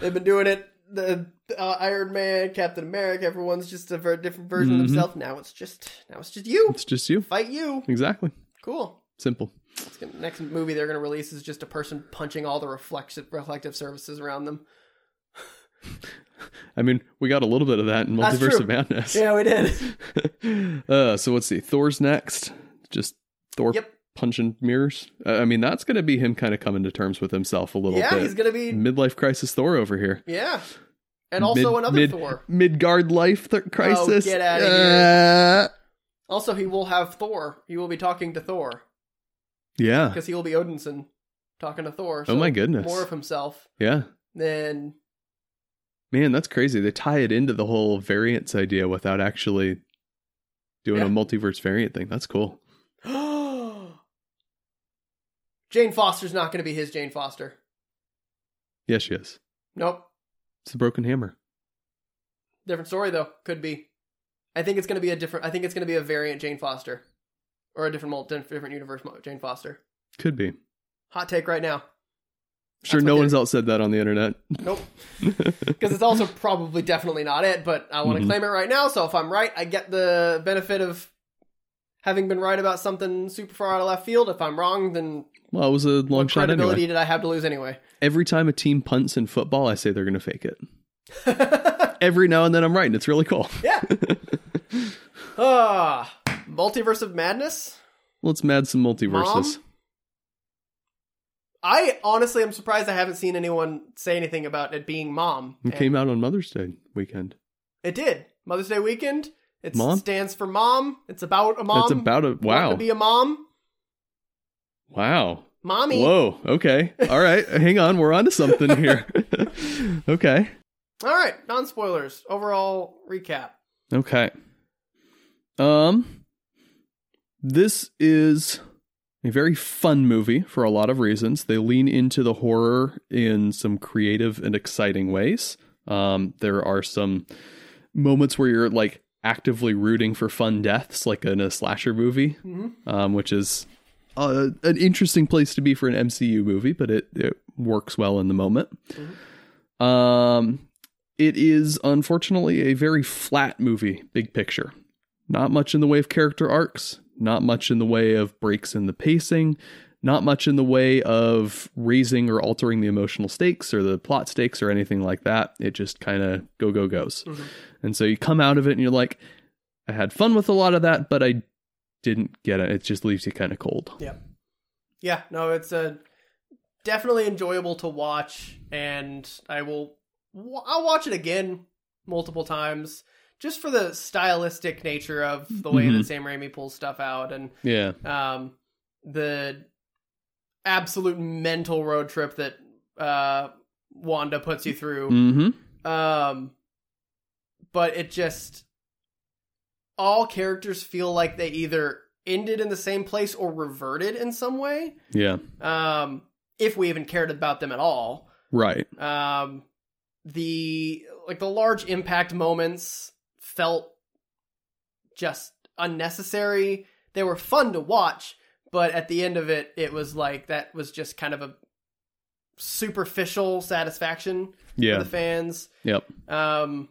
Speaker 1: they've been doing it. The uh, Iron Man, Captain America, everyone's just a ver- different version
Speaker 2: Mhm.
Speaker 1: of themselves. Now it's just now it's just you
Speaker 2: it's just you.
Speaker 1: fight you.
Speaker 2: Exactly.
Speaker 1: Cool.
Speaker 2: Simple.
Speaker 1: It's gonna- next movie they're going to release is just a person punching all the reflective reflective surfaces around them.
Speaker 2: I mean, we got a little bit of that in
Speaker 1: That's
Speaker 2: Multiverse
Speaker 1: true.
Speaker 2: of Madness.
Speaker 1: Yeah, we did.
Speaker 2: uh, so let's see. Thor's next. Just Thor
Speaker 1: Yep.
Speaker 2: punching mirrors. Uh, I mean, that's going to be him kind of coming to terms with himself a little
Speaker 1: yeah,
Speaker 2: bit.
Speaker 1: he's going to be
Speaker 2: Midlife crisis Thor over here.
Speaker 1: Yeah. And also
Speaker 2: Mid-
Speaker 1: another
Speaker 2: mid-
Speaker 1: Thor.
Speaker 2: Midgard life th- crisis.
Speaker 1: Oh, get outta
Speaker 2: Uh,
Speaker 1: Also, he will have Thor. He will be talking to Thor
Speaker 2: yeah.
Speaker 1: because he will be Odinson talking to Thor.
Speaker 2: Oh my goodness.
Speaker 1: More of himself
Speaker 2: Yeah.
Speaker 1: than
Speaker 2: Man, that's crazy. They tie it into the whole variants idea without actually doing a
Speaker 1: Yeah.
Speaker 2: multiverse variant thing. That's cool.
Speaker 1: Jane Foster's not going to be his Jane Foster.
Speaker 2: Yes, she is.
Speaker 1: Nope.
Speaker 2: It's a broken hammer.
Speaker 1: Different story though. Could be. I think it's going to be a different. I think it's going to be a variant Jane Foster, or a different mul- different universe mo- Jane Foster.
Speaker 2: Could be.
Speaker 1: Hot take right now.
Speaker 2: Sure,
Speaker 1: That's what
Speaker 2: no
Speaker 1: they-
Speaker 2: one's else said that on the internet.
Speaker 1: Nope. Because it's also probably definitely not it, but I want to
Speaker 2: Mhm.
Speaker 1: claim it right now. So if I'm right, I get the benefit of having been right about something super far out of left field. If I'm wrong, then
Speaker 2: well, it was a long
Speaker 1: what
Speaker 2: shot
Speaker 1: credibility
Speaker 2: anyway.
Speaker 1: did I have to lose anyway?
Speaker 2: Every time a team punts in football, I say they're going to fake it. Every now and then I'm right, and it's really cool.
Speaker 1: yeah. Ah, multiverse of madness.
Speaker 2: Let's mad some multiverses.
Speaker 1: Mom? I honestly am surprised I haven't seen anyone say anything about it being mom.
Speaker 2: It came out on Mother's Day weekend.
Speaker 1: It did. Mother's Day weekend. It
Speaker 2: Mom?
Speaker 1: stands for mom. It's about a mom.
Speaker 2: That's about a
Speaker 1: wanting
Speaker 2: wow.
Speaker 1: To be a mom,
Speaker 2: wow.
Speaker 1: mommy.
Speaker 2: Whoa. Okay. All right. Hang on. We're on to something here. okay.
Speaker 1: All right, non spoilers. Overall recap.
Speaker 2: Okay. Um this is a very fun movie for a lot of reasons. They lean into the horror in some creative and exciting ways. Um there are some moments where you're like actively rooting for fun deaths like in a slasher movie,
Speaker 1: Mhm.
Speaker 2: um which is uh, an interesting place to be for an MCU movie, but it it works well in the moment. Um it is unfortunately a very flat movie, big picture. Not much in the way of character arcs, not much in the way of breaks in the pacing, not much in the way of raising or altering the emotional stakes or the plot stakes or anything like that. It just kind of go, go, goes.
Speaker 1: Mhm.
Speaker 2: And so you come out of it and you're like, I had fun with a lot of that, but I didn't get it. It just leaves you kind of cold.
Speaker 1: Yeah, no, it's a uh, definitely enjoyable to watch, and I will. I'll watch it again multiple times just for the stylistic nature of the way
Speaker 2: Mhm.
Speaker 1: that Sam Raimi pulls stuff out and
Speaker 2: Yeah.
Speaker 1: um, the absolute mental road trip that uh, Wanda puts you through.
Speaker 2: Mm-hmm.
Speaker 1: Um, but it just all characters feel like they either ended in the same place or reverted in some way.
Speaker 2: Yeah.
Speaker 1: Um, if we even cared about them at all.
Speaker 2: Right.
Speaker 1: Um, the like the large impact moments felt just unnecessary. They were fun to watch, but at the end of it, it was like that was just kind of a superficial satisfaction for
Speaker 2: Yeah.
Speaker 1: the fans.
Speaker 2: Yep.
Speaker 1: Um,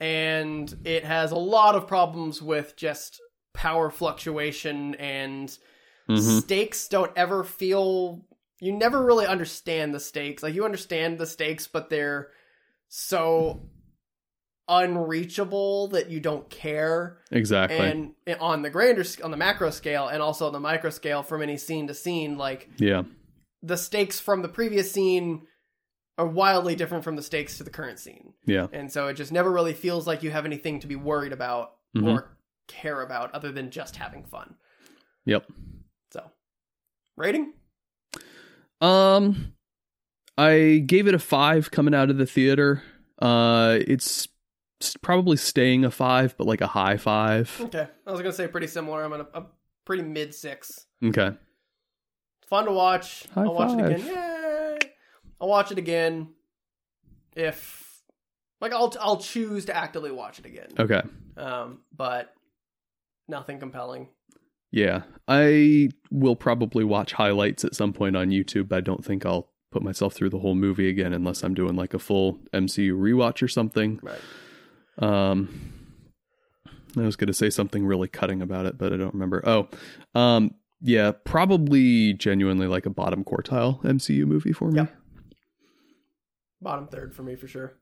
Speaker 1: and it has a lot of problems with just power fluctuation and
Speaker 2: Mm-hmm.
Speaker 1: stakes don't ever feel you never really understand the stakes like you understand the stakes but they're so unreachable that you don't care
Speaker 2: Exactly.
Speaker 1: and on the grander sc- on the macro scale and also on the micro scale from any scene to scene like
Speaker 2: yeah.
Speaker 1: the stakes from the previous scene are wildly different from the stakes to the current scene
Speaker 2: Yeah.
Speaker 1: and so it just never really feels like you have anything to be worried about
Speaker 2: Mhm.
Speaker 1: or care about other than just having fun
Speaker 2: Yep.
Speaker 1: so rating
Speaker 2: Um, I gave it a five coming out of the theater. Uh, it's s- probably staying a five, but like a high five.
Speaker 1: Okay, I was gonna say pretty similar. I'm gonna I'm pretty mid six.
Speaker 2: Okay.
Speaker 1: Fun to watch.
Speaker 2: High
Speaker 1: I'll watch
Speaker 2: five.
Speaker 1: it again. Yay! I'll watch it again if like I'll I'll choose to actively watch it again.
Speaker 2: Okay.
Speaker 1: Um, but nothing compelling.
Speaker 2: Yeah. I will probably watch highlights at some point on YouTube, but I don't think I'll put myself through the whole movie again unless I'm doing like a full MCU rewatch or something.
Speaker 1: Right.
Speaker 2: Um, I was going to say something really cutting about it, but I don't remember. Oh, um, yeah, probably genuinely like a bottom quartile MCU movie for me.
Speaker 1: Yep. Bottom third for me for sure.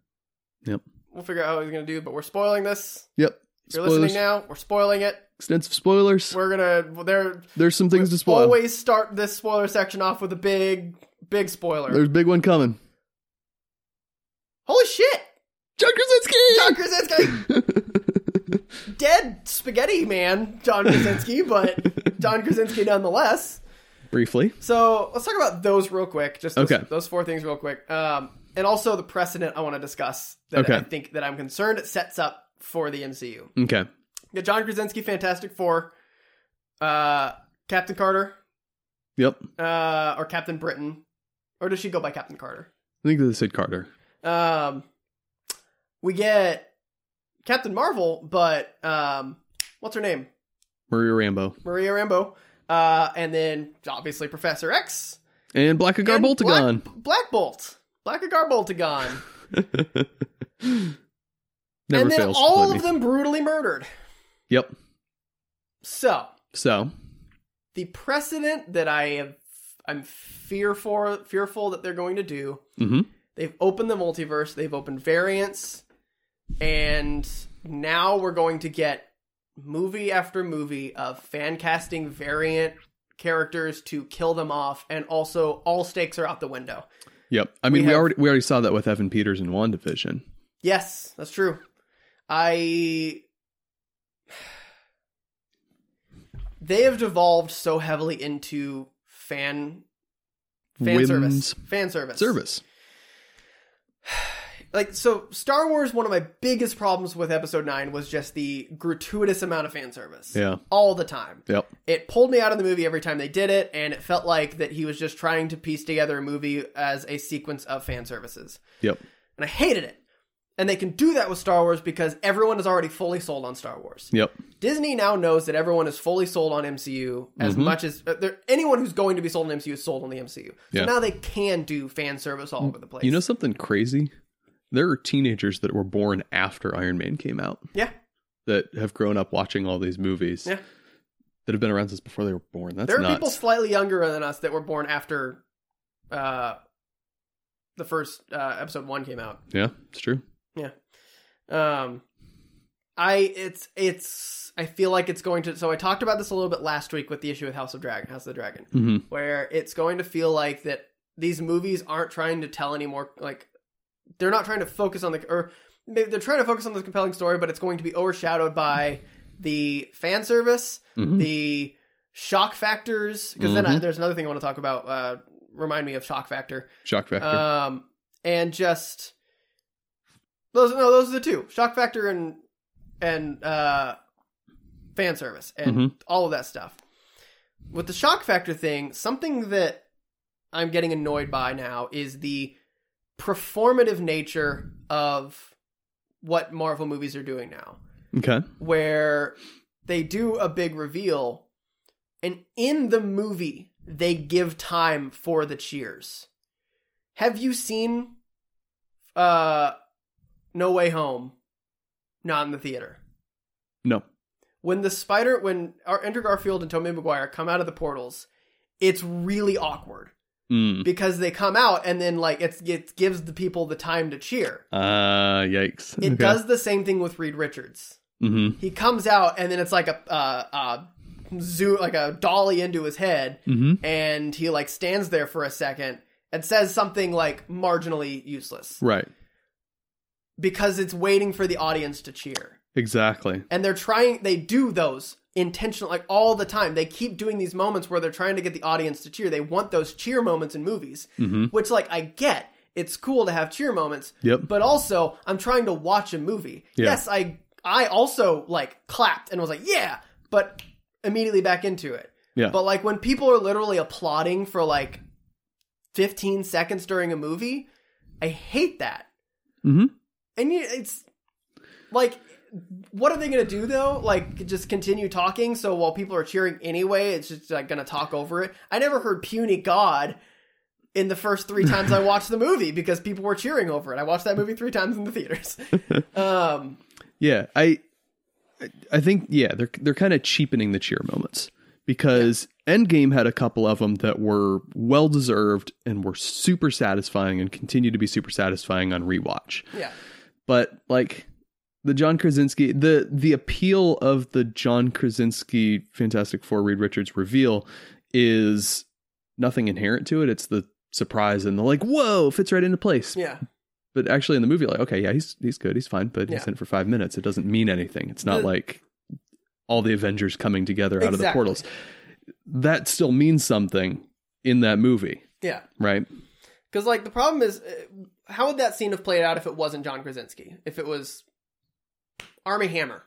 Speaker 2: Yep.
Speaker 1: We'll figure out how he's gonna do, but we're spoiling this.
Speaker 2: Yep.
Speaker 1: If you're listening now, we're spoiling it.
Speaker 2: Extensive spoilers.
Speaker 1: We're gonna there
Speaker 2: There's some things
Speaker 1: we
Speaker 2: to spoil.
Speaker 1: Always start this spoiler section off with a big big spoiler.
Speaker 2: There's a big one coming.
Speaker 1: Holy shit!
Speaker 2: John Krasinski!
Speaker 1: John Krasinski dead spaghetti man, John Krasinski, but John Krasinski nonetheless.
Speaker 2: Briefly.
Speaker 1: So let's talk about those real quick. Just those,
Speaker 2: Okay.
Speaker 1: those four things real quick. Um, and also the precedent I want to discuss that
Speaker 2: Okay.
Speaker 1: I think that I'm concerned it sets up for the MCU.
Speaker 2: Okay.
Speaker 1: Yeah, John Krasinski, Fantastic Four, uh, Captain Carter,
Speaker 2: Yep.
Speaker 1: uh, or Captain Britain, or does she go by Captain Carter?
Speaker 2: I think they said Carter.
Speaker 1: Um, we get Captain Marvel, but um, what's her name?
Speaker 2: Maria Rambo.
Speaker 1: Maria Rambo, uh, and then obviously Professor X,
Speaker 2: And Black Agar
Speaker 1: and
Speaker 2: Boltagon.
Speaker 1: Black, Black Bolt, Black Agar Boltagon,
Speaker 2: Never
Speaker 1: and then
Speaker 2: fails. to
Speaker 1: all
Speaker 2: play
Speaker 1: of
Speaker 2: me.
Speaker 1: them brutally murdered.
Speaker 2: Yep.
Speaker 1: So
Speaker 2: So.
Speaker 1: the precedent that I have, I'm fearful, fearful that they're going to do.
Speaker 2: Mm-hmm.
Speaker 1: They've opened the multiverse. They've opened variants, and now we're going to get movie after movie of fan casting variant characters to kill them off, and also all stakes are out the window.
Speaker 2: Yep. I mean, we,
Speaker 1: have-
Speaker 2: already we already saw that with Evan Peters in WandaVision.
Speaker 1: Yes, that's true. I they have devolved so heavily into fan fan
Speaker 2: Whims.
Speaker 1: service. Fan service.
Speaker 2: Service.
Speaker 1: Like so Star Wars one of my biggest problems with episode 9 was just the gratuitous amount of fan service.
Speaker 2: Yeah.
Speaker 1: All the time.
Speaker 2: Yep.
Speaker 1: It pulled me out of the movie every time they did it and it felt like that he was just trying to piece together a movie as a sequence of fan services.
Speaker 2: Yep.
Speaker 1: and I hated it. And they can do that with Star Wars because everyone is already fully sold on Star Wars.
Speaker 2: Yep.
Speaker 1: Disney now knows that everyone is fully sold on MCU as
Speaker 2: Mm-hmm.
Speaker 1: much as uh, there, anyone who's going to be sold on MCU is sold on the MCU. So
Speaker 2: Yeah.
Speaker 1: now they can do fan service all over the place.
Speaker 2: You know something crazy? There are teenagers that were born after Iron Man came out
Speaker 1: yeah,
Speaker 2: that have grown up watching all these movies
Speaker 1: Yeah.
Speaker 2: that have been around since before they were born. That's
Speaker 1: there are
Speaker 2: nuts.
Speaker 1: people slightly younger than us that were born after uh, the first uh, episode one came out.
Speaker 2: yeah, it's true.
Speaker 1: Um, I it's it's I feel like it's going to. So I talked about this a little bit last week with the issue with House of Dragon, House of the Dragon.
Speaker 2: hmm
Speaker 1: where it's going to feel like that these movies aren't trying to tell any more like they're not trying to focus on the or maybe they're trying to focus on the compelling story but it's going to be overshadowed by the fan service
Speaker 2: Mhm.
Speaker 1: the shock factors because then I,
Speaker 2: Mhm.
Speaker 1: there's another thing i want to talk about uh remind me of shock factor
Speaker 2: Shock factor.
Speaker 1: um and just those no those are the two shock factor and and uh fan service and
Speaker 2: Mhm.
Speaker 1: all of that stuff with the shock factor thing something that i'm getting annoyed by now is the performative nature of what marvel movies are doing now
Speaker 2: okay.
Speaker 1: where they do a big reveal and in the movie they give time for the cheers have you seen uh no way home not in the theater
Speaker 2: No.
Speaker 1: when the spider when our andrew garfield and tommy maguire come out of the portals it's really awkward
Speaker 2: Mm.
Speaker 1: because they come out and then like it's, it gives the people the time to cheer
Speaker 2: Uh, yikes.
Speaker 1: it does the same thing with reed richards
Speaker 2: hmm
Speaker 1: he comes out and then it's like a uh, uh, zoo like a dolly into his head
Speaker 2: hmm
Speaker 1: and he like stands there for a second and says something like marginally useless
Speaker 2: Right.
Speaker 1: because it's waiting for the audience to cheer
Speaker 2: Exactly.
Speaker 1: and they're trying they do those intentional like all the time they keep doing these moments where they're trying to get the audience to cheer they want those cheer moments in movies
Speaker 2: hmm
Speaker 1: which like i get it's cool to have cheer moments
Speaker 2: Yep.
Speaker 1: but also I'm trying to watch a movie.
Speaker 2: Yeah.
Speaker 1: Yes, I I also like clapped and was like, yeah, but immediately back into it.
Speaker 2: Yeah.
Speaker 1: But like when people are literally applauding for like 15 seconds during a movie, I hate that.
Speaker 2: hmm
Speaker 1: And you, it's like what are they going to do though? Like just continue talking so while people are cheering anyway, it's just like going to talk over it. I never heard puny god in the first three times I watched the movie because people were cheering over it. I watched that movie three times in the theaters. um,
Speaker 2: Yeah, I, I think yeah, they're they're kind of cheapening the cheer moments because Endgame had a couple of them that were well deserved and were super satisfying and continue to be super satisfying on rewatch.
Speaker 1: yeah,
Speaker 2: But like the John Krasinski, the the appeal of the John Krasinski Fantastic Four Reed Richards reveal is nothing inherent to it. It's the surprise and the like, whoa, fits right into place
Speaker 1: yeah.
Speaker 2: but actually in the movie like okay yeah he's he's good he's fine but he's
Speaker 1: Yeah.
Speaker 2: in it for five minutes it doesn't mean anything it's not
Speaker 1: The-
Speaker 2: like all the avengers coming together out of the
Speaker 1: Exactly.
Speaker 2: portals that still means something in that movie
Speaker 1: Yeah.
Speaker 2: right
Speaker 1: Because, like, the problem is uh, how would that scene have played out if it wasn't John Krasinski? If it was Army Hammer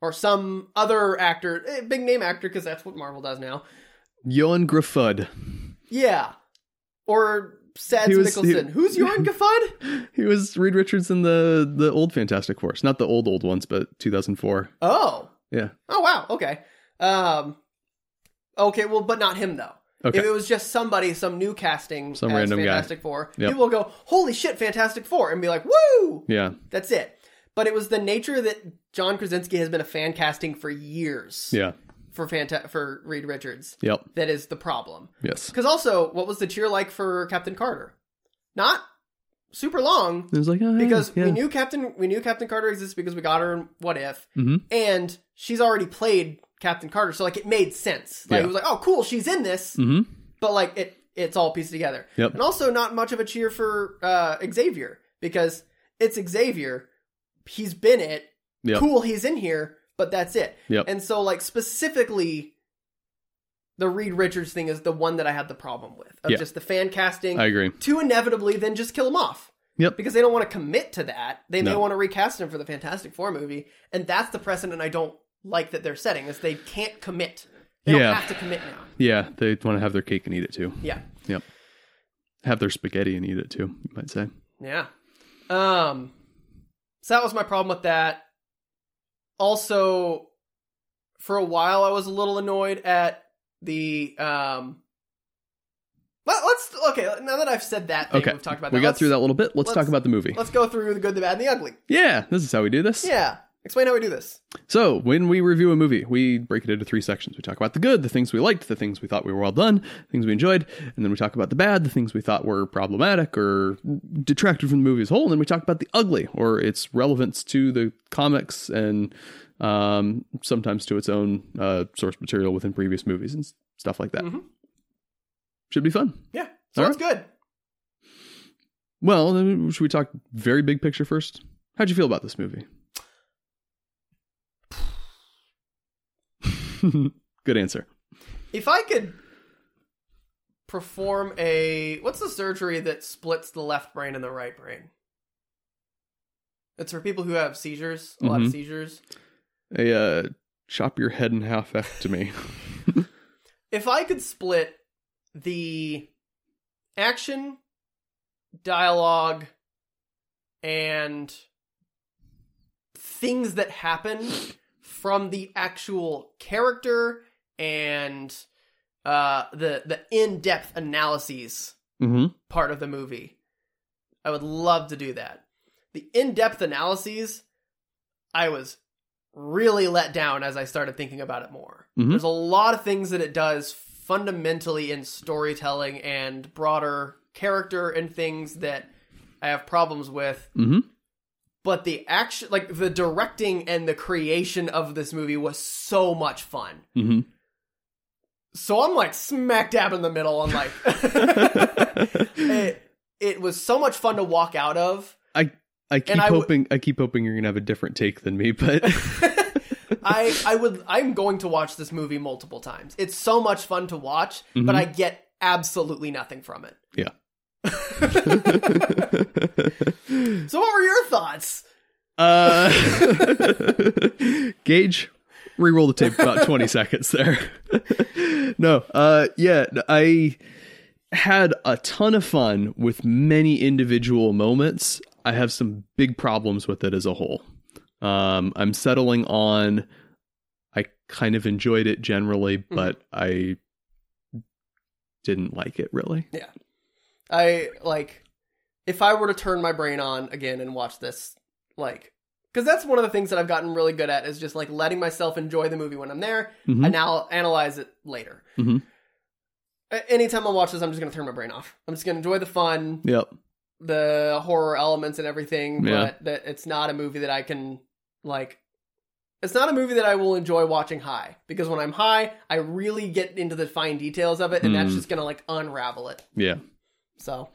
Speaker 1: or some other actor, eh, big name actor, because that's what Marvel does now.
Speaker 2: Johan Grafud.
Speaker 1: Yeah. Or Sads
Speaker 2: He was- he-
Speaker 1: Mickelson. Who's Johan Gafud?
Speaker 2: He was Reed Richards in the the old Fantastic Four. It's not the old old ones, but 2004.
Speaker 1: Oh.
Speaker 2: Yeah.
Speaker 1: Oh, wow. Okay. Um, okay, well, but not him, though.
Speaker 2: Okay.
Speaker 1: If it was just somebody, some new casting,
Speaker 2: Some
Speaker 1: as
Speaker 2: random guy.
Speaker 1: Fantastic Four,
Speaker 2: Yep.
Speaker 1: people will go, "Holy shit, Fantastic Four, and be like, "Woo!"
Speaker 2: Yeah.
Speaker 1: That's it. But it was the nature that John Krasinski has been a fan casting for years
Speaker 2: Yeah.
Speaker 1: for Fanta- for Reed Richards
Speaker 2: Yep.
Speaker 1: that is the problem.
Speaker 2: Yes.
Speaker 1: Because also, what was the cheer like for Captain Carter? Not super long
Speaker 2: It was like oh, yeah,
Speaker 1: because
Speaker 2: yeah.
Speaker 1: we knew Captain we knew Captain Carter exists because we got her in What If,
Speaker 2: Mhm.
Speaker 1: and she's already played Captain Carter, so like it made sense. Like
Speaker 2: Yeah.
Speaker 1: it was like, oh, cool, she's in this
Speaker 2: Mhm.
Speaker 1: but like it it's all pieced together.
Speaker 2: Yep.
Speaker 1: And also not much of a cheer for uh Xavier because it's Xavier. He's been it.
Speaker 2: Yep.
Speaker 1: Cool, he's in here, but that's it.
Speaker 2: Yep.
Speaker 1: And so like specifically the Reed Richards thing is the one that I had the problem with of
Speaker 2: Yeah.
Speaker 1: just the fan casting
Speaker 2: I agree.
Speaker 1: to inevitably then just kill him off.
Speaker 2: Yep.
Speaker 1: Because they don't want to commit to that. They may
Speaker 2: No.
Speaker 1: want to recast him for the Fantastic Four movie, and that's the precedent I don't like that they're setting is they can't commit. They
Speaker 2: Yeah.
Speaker 1: don't have to commit now.
Speaker 2: Yeah, they want to have their cake and eat it too.
Speaker 1: Yeah.
Speaker 2: Yep. Have their spaghetti and eat it too. You might say.
Speaker 1: Yeah. Um so that was my problem with that. Also for a while I was a little annoyed at the um let, let's okay, now that I've said that thing,
Speaker 2: Okay.
Speaker 1: we've talked about that.
Speaker 2: We got
Speaker 1: let's-
Speaker 2: through that little bit. Let's, talk
Speaker 1: let's-
Speaker 2: about the movie.
Speaker 1: Let's go through the good, the bad, and the ugly.
Speaker 2: Yeah, this is how we do this.
Speaker 1: Yeah. Explain how we do this.
Speaker 2: So, when we review a movie, we break it into three sections. We talk about the good, the things we liked, the things we thought we were well done, things we enjoyed, and then we talk about the bad, the things we thought were problematic or detracted from the movie as a whole, and then we talk about the ugly or its relevance to the comics and um, sometimes to its own uh, source material within previous movies and s- stuff like that.
Speaker 1: Mhm.
Speaker 2: Should be fun.
Speaker 1: Yeah. So
Speaker 2: All
Speaker 1: that's good.
Speaker 2: Well, then should we talk very big picture first? How'd you feel about this movie? Good answer.
Speaker 1: If I could perform a what's the surgery that splits the left brain and the right brain? It's for people who have seizures, a lot of
Speaker 2: Mhm.
Speaker 1: seizures.
Speaker 2: A uh, chop your head in half ectomy.
Speaker 1: If I could split the action, dialogue, and things that happen from the actual character and uh, the the in depth analyses
Speaker 2: mm-hmm.
Speaker 1: part of the movie. I would love to do that. The in depth analyses, I was really let down as I started thinking about it more.
Speaker 2: Mhm.
Speaker 1: There's a lot of things that it does fundamentally in storytelling and broader character and things that I have problems with.
Speaker 2: Mm-hmm.
Speaker 1: But the action, like the directing and the creation of this movie was so much fun.
Speaker 2: Mm-hmm.
Speaker 1: So I'm like smack dab in the middle. I'm like,
Speaker 2: Mm-hmm.
Speaker 1: it, it was so much fun to walk out of.
Speaker 2: I keep
Speaker 1: I w-
Speaker 2: hoping I keep hoping you're gonna have a different take than me, but
Speaker 1: I I would I'm going to watch this movie multiple times. It's so much fun to watch, but
Speaker 2: Mhm.
Speaker 1: I get absolutely nothing from it.
Speaker 2: Yeah.
Speaker 1: so what were your thoughts?
Speaker 2: uh, Gage, re-roll the tape about twenty seconds there. no, uh, yeah, I had a ton of fun with many individual moments. I have some big problems with it as a whole. Um, I'm settling on. I kind of enjoyed it generally, but I didn't like it really.
Speaker 1: I like if I were to turn my brain on again and watch this like cuz that's one of the things that I've gotten really good at is just like letting myself enjoy the movie when I'm there
Speaker 2: Mhm.
Speaker 1: and now analyze it later.
Speaker 2: Mhm.
Speaker 1: A- Anytime I watch this, I'm just gonna turn my brain off. I'm just gonna enjoy the fun,
Speaker 2: Yep.
Speaker 1: the horror elements and everything,
Speaker 2: Yeah.
Speaker 1: but that it's not a movie that I can like. It's not a movie that I will enjoy watching high because when I'm high, I really get into the fine details of it, and that's
Speaker 2: Hmm.
Speaker 1: just gonna like unravel it.
Speaker 2: Yeah.
Speaker 1: So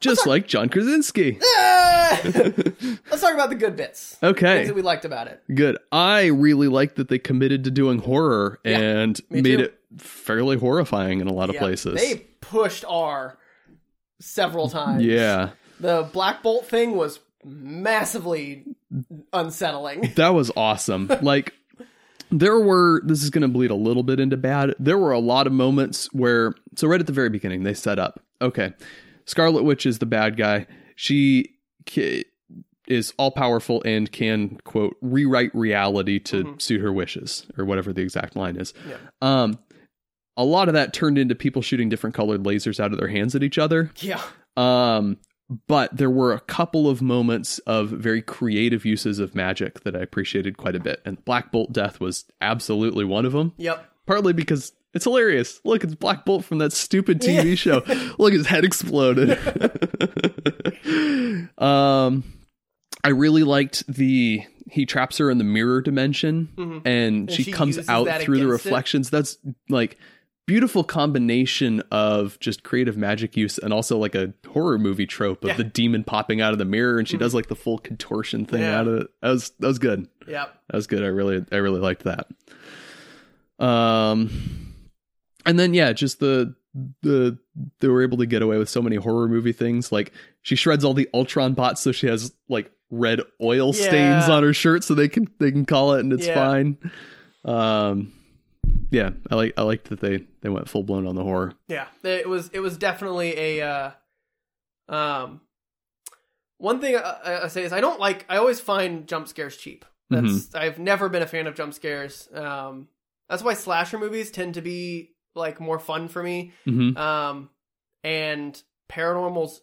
Speaker 2: Just like John Krasinski.
Speaker 1: Ah! let's talk about the good bits, things
Speaker 2: okay.
Speaker 1: that we liked about it.
Speaker 2: Good. I really liked that they committed to doing horror
Speaker 1: Yeah,
Speaker 2: and
Speaker 1: me
Speaker 2: made
Speaker 1: too.
Speaker 2: it fairly horrifying in a lot of
Speaker 1: Yeah,
Speaker 2: places.
Speaker 1: they pushed R several times.
Speaker 2: yeah.
Speaker 1: the Black Bolt thing was massively unsettling.
Speaker 2: That was awesome. like there were this is going to bleed a little bit into bad. There were a lot of moments where so right at the very beginning they set up. Okay. Scarlet Witch is the bad guy. She ca- is all powerful and can quote rewrite reality to
Speaker 1: Mhm.
Speaker 2: suit her wishes or whatever the exact line is.
Speaker 1: Yeah.
Speaker 2: Um a lot of that turned into people shooting different colored lasers out of their hands at each other.
Speaker 1: Yeah,
Speaker 2: Um, but there were a couple of moments of very creative uses of magic that I appreciated quite a bit, and Black Bolt death was absolutely one of them.
Speaker 1: yep.
Speaker 2: Partly because it's hilarious. Look, it's Black Bolt from that stupid TV show. Look, his head exploded. um, I really liked the he traps her in the mirror dimension,
Speaker 1: Mhm.
Speaker 2: and, she,
Speaker 1: she uses
Speaker 2: comes out
Speaker 1: that
Speaker 2: through the
Speaker 1: against it.
Speaker 2: reflections. That's like beautiful combination of just creative magic use and also like a horror movie trope of
Speaker 1: Yeah. Mm-hmm.
Speaker 2: the demon popping out of the mirror and she does like the full contortion thing
Speaker 1: Yeah.
Speaker 2: out of it. That was that was good.
Speaker 1: Yep.
Speaker 2: That was good. I really I really liked that. Um and then yeah, just the the they were able to get away with so many horror movie things. Like she shreds all the Ultron bots so she has like red oil stains
Speaker 1: Yeah.
Speaker 2: on her shirt so they can they can call it and it's
Speaker 1: Yeah.
Speaker 2: fine. Um yeah, I like I liked that they they went full blown on the horror.
Speaker 1: Yeah, it was it was definitely a uh, um one thing I- I, I say is I don't like I always find jump scares cheap. That's I've never been a fan of jump scares. Um, that's why slasher movies tend to be like more fun for me.
Speaker 2: Mm-hmm.
Speaker 1: Um, and paranormals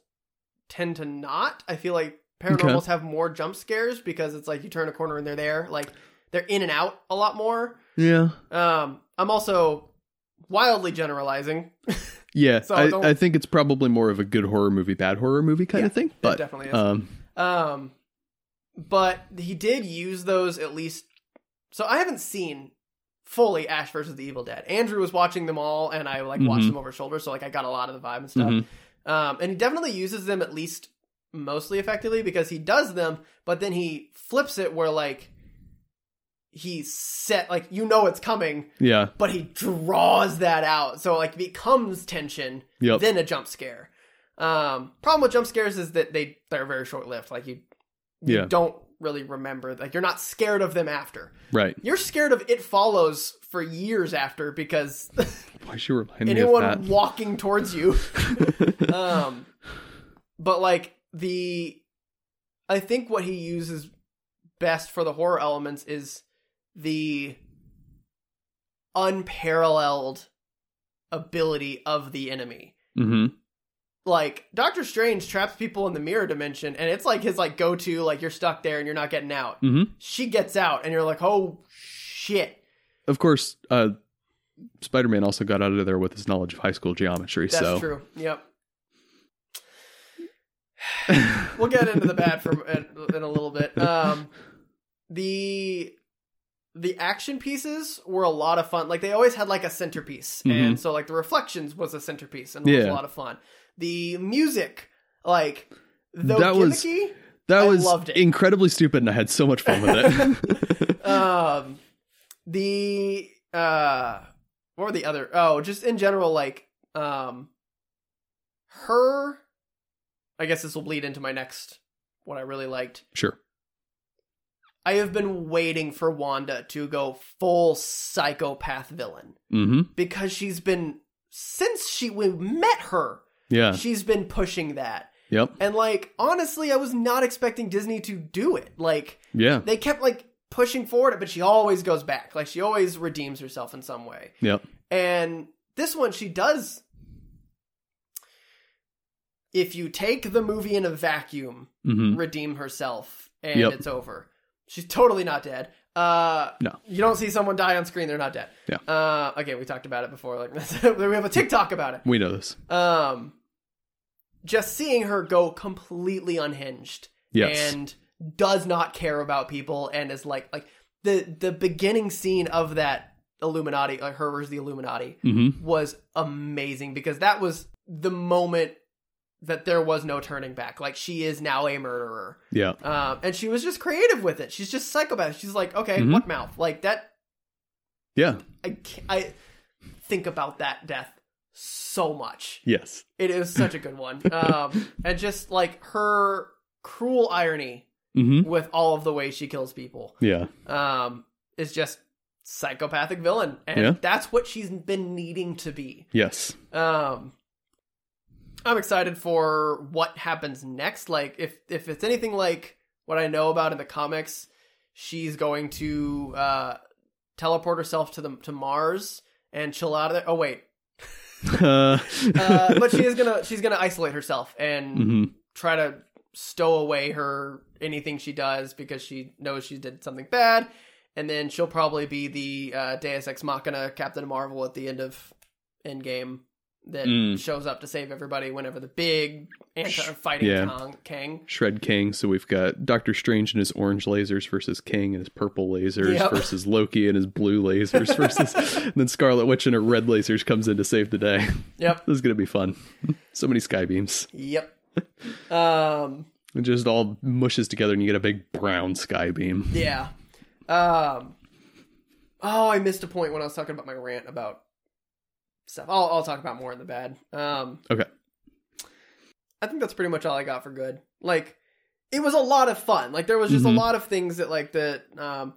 Speaker 1: tend to not. I feel like paranormals have more jump scares because it's like you turn a corner and they're there. Like they're in and out a lot more.
Speaker 2: Yeah.
Speaker 1: Um, I'm also wildly generalizing.
Speaker 2: Yeah.
Speaker 1: So don't-
Speaker 2: I, I think it's probably more of a good horror movie, bad horror movie kind
Speaker 1: Yeah,
Speaker 2: of thing. But
Speaker 1: definitely is.
Speaker 2: um
Speaker 1: Um, but he did use those at least. So I haven't seen fully Ash versus the Evil Dead. Andrew was watching them all, and I like watched
Speaker 2: Mhm.
Speaker 1: them over his shoulder, so like I got a lot of the vibe and stuff.
Speaker 2: mhm.
Speaker 1: Um, and he definitely uses them at least mostly effectively because he does them, but then he flips it where like he set like you know it's coming,
Speaker 2: Yeah.
Speaker 1: but he draws that out. So like it becomes tension,
Speaker 2: Yep.
Speaker 1: then a jump scare. Um problem with jump scares is that they they're very short lived. Like you, you
Speaker 2: Yeah.
Speaker 1: don't really remember like you're not scared of them after.
Speaker 2: Right.
Speaker 1: You're scared of it follows for years after because
Speaker 2: Why should you remind me of
Speaker 1: anyone
Speaker 2: that?
Speaker 1: walking towards you um but like the i think what he uses best for the horror elements is the unparalleled ability of the enemy
Speaker 2: hmm
Speaker 1: like doctor strange traps people in the mirror dimension and it's like his like go-to like you're stuck there and you're not getting out
Speaker 2: hmm
Speaker 1: she gets out and you're like oh shit
Speaker 2: Of course, uh, Spider-Man also got out of there with his knowledge of high school geometry.
Speaker 1: that's
Speaker 2: so
Speaker 1: true yep we'll get into the bad for in, in a little bit. Um, the the action pieces were a lot of fun. Like they always had like a centerpiece, and so like the reflections was a centerpiece, and it was a
Speaker 2: Mm-hmm. Yeah.
Speaker 1: lot of fun. The music, like though
Speaker 2: That was-
Speaker 1: gimmicky,
Speaker 2: that
Speaker 1: I
Speaker 2: was
Speaker 1: loved it.
Speaker 2: incredibly stupid, and I had so much fun with it.
Speaker 1: um, the uh, what were the other? Oh, just in general, like um, her. I guess this will bleed into my next what I really liked.
Speaker 2: sure.
Speaker 1: I have been waiting for Wanda to go full psychopath villain
Speaker 2: hmm
Speaker 1: because she's been since she we met her,
Speaker 2: Yeah.
Speaker 1: she's been pushing that.
Speaker 2: Yep.
Speaker 1: And like honestly, I was not expecting Disney to do it. Like
Speaker 2: Yeah.
Speaker 1: they kept like pushing forward, but she always goes back. Like she always redeems herself in some way.
Speaker 2: Yep.
Speaker 1: And this one she does if you take the movie in a vacuum,
Speaker 2: hmm
Speaker 1: redeem herself and
Speaker 2: Yep.
Speaker 1: it's over. She's totally not dead. Uh,
Speaker 2: No.
Speaker 1: You don't see someone die on screen, they're not dead.
Speaker 2: Yeah.
Speaker 1: Uh, again, we talked about it before. Like we have a TikTok about
Speaker 2: We know this.
Speaker 1: it. Um, just seeing her go completely unhinged
Speaker 2: Yes.
Speaker 1: and does not care about people and is like like the the beginning scene of that Illuminati, like her versus the Illuminati,
Speaker 2: hmm
Speaker 1: was amazing because that was the moment that there was no turning back. Like she is now a murderer.
Speaker 2: Yeah.
Speaker 1: Um, and she was just creative with it. She's just psychopath. She's like, okay,
Speaker 2: Mhm.
Speaker 1: what mouth? Like that.
Speaker 2: Yeah.
Speaker 1: I ca- I think about that death so much.
Speaker 2: Yes.
Speaker 1: It is such a good one. Um, and just like her cruel irony
Speaker 2: hmm
Speaker 1: with all of the ways she kills people
Speaker 2: Yeah.
Speaker 1: um, is just psychopathic villain, and
Speaker 2: Yeah.
Speaker 1: that's what she's been needing to be.
Speaker 2: Yes.
Speaker 1: Um, I'm excited for what happens next. Like, if if it's anything like what I know about in the comics, she's going to uh, teleport herself to the to Mars and chill out of there. Oh wait,
Speaker 2: Uh,
Speaker 1: uh, but she is gonna she's gonna isolate herself and
Speaker 2: hmm
Speaker 1: try to stow away her anything she does because she knows she did something bad. And then she'll probably be the uh, Deus Ex Machina Captain Marvel at the end of Endgame that
Speaker 2: Mm.
Speaker 1: shows up to save everybody whenever the big anti fighting
Speaker 2: Yeah.
Speaker 1: Kong, Kang.
Speaker 2: Shred King. So we've got Doctor Strange and his orange lasers versus King and his purple lasers
Speaker 1: Yep.
Speaker 2: versus Loki and his blue lasers versus and then Scarlet Witch and her red lasers comes in to save the day.
Speaker 1: Yep.
Speaker 2: This is gonna be fun. So many sky beams.
Speaker 1: Yep. um.
Speaker 2: It just all mushes together and you get a big brown sky beam.
Speaker 1: Yeah. Um. Oh, I missed a point when I was talking about my rant about stuff. I'll I'll talk about more in the bad. Um.
Speaker 2: Okay.
Speaker 1: I think that's pretty much all I got for good. Like, it was a lot of fun. Like, there was just
Speaker 2: Mhm.
Speaker 1: a lot of things that like the um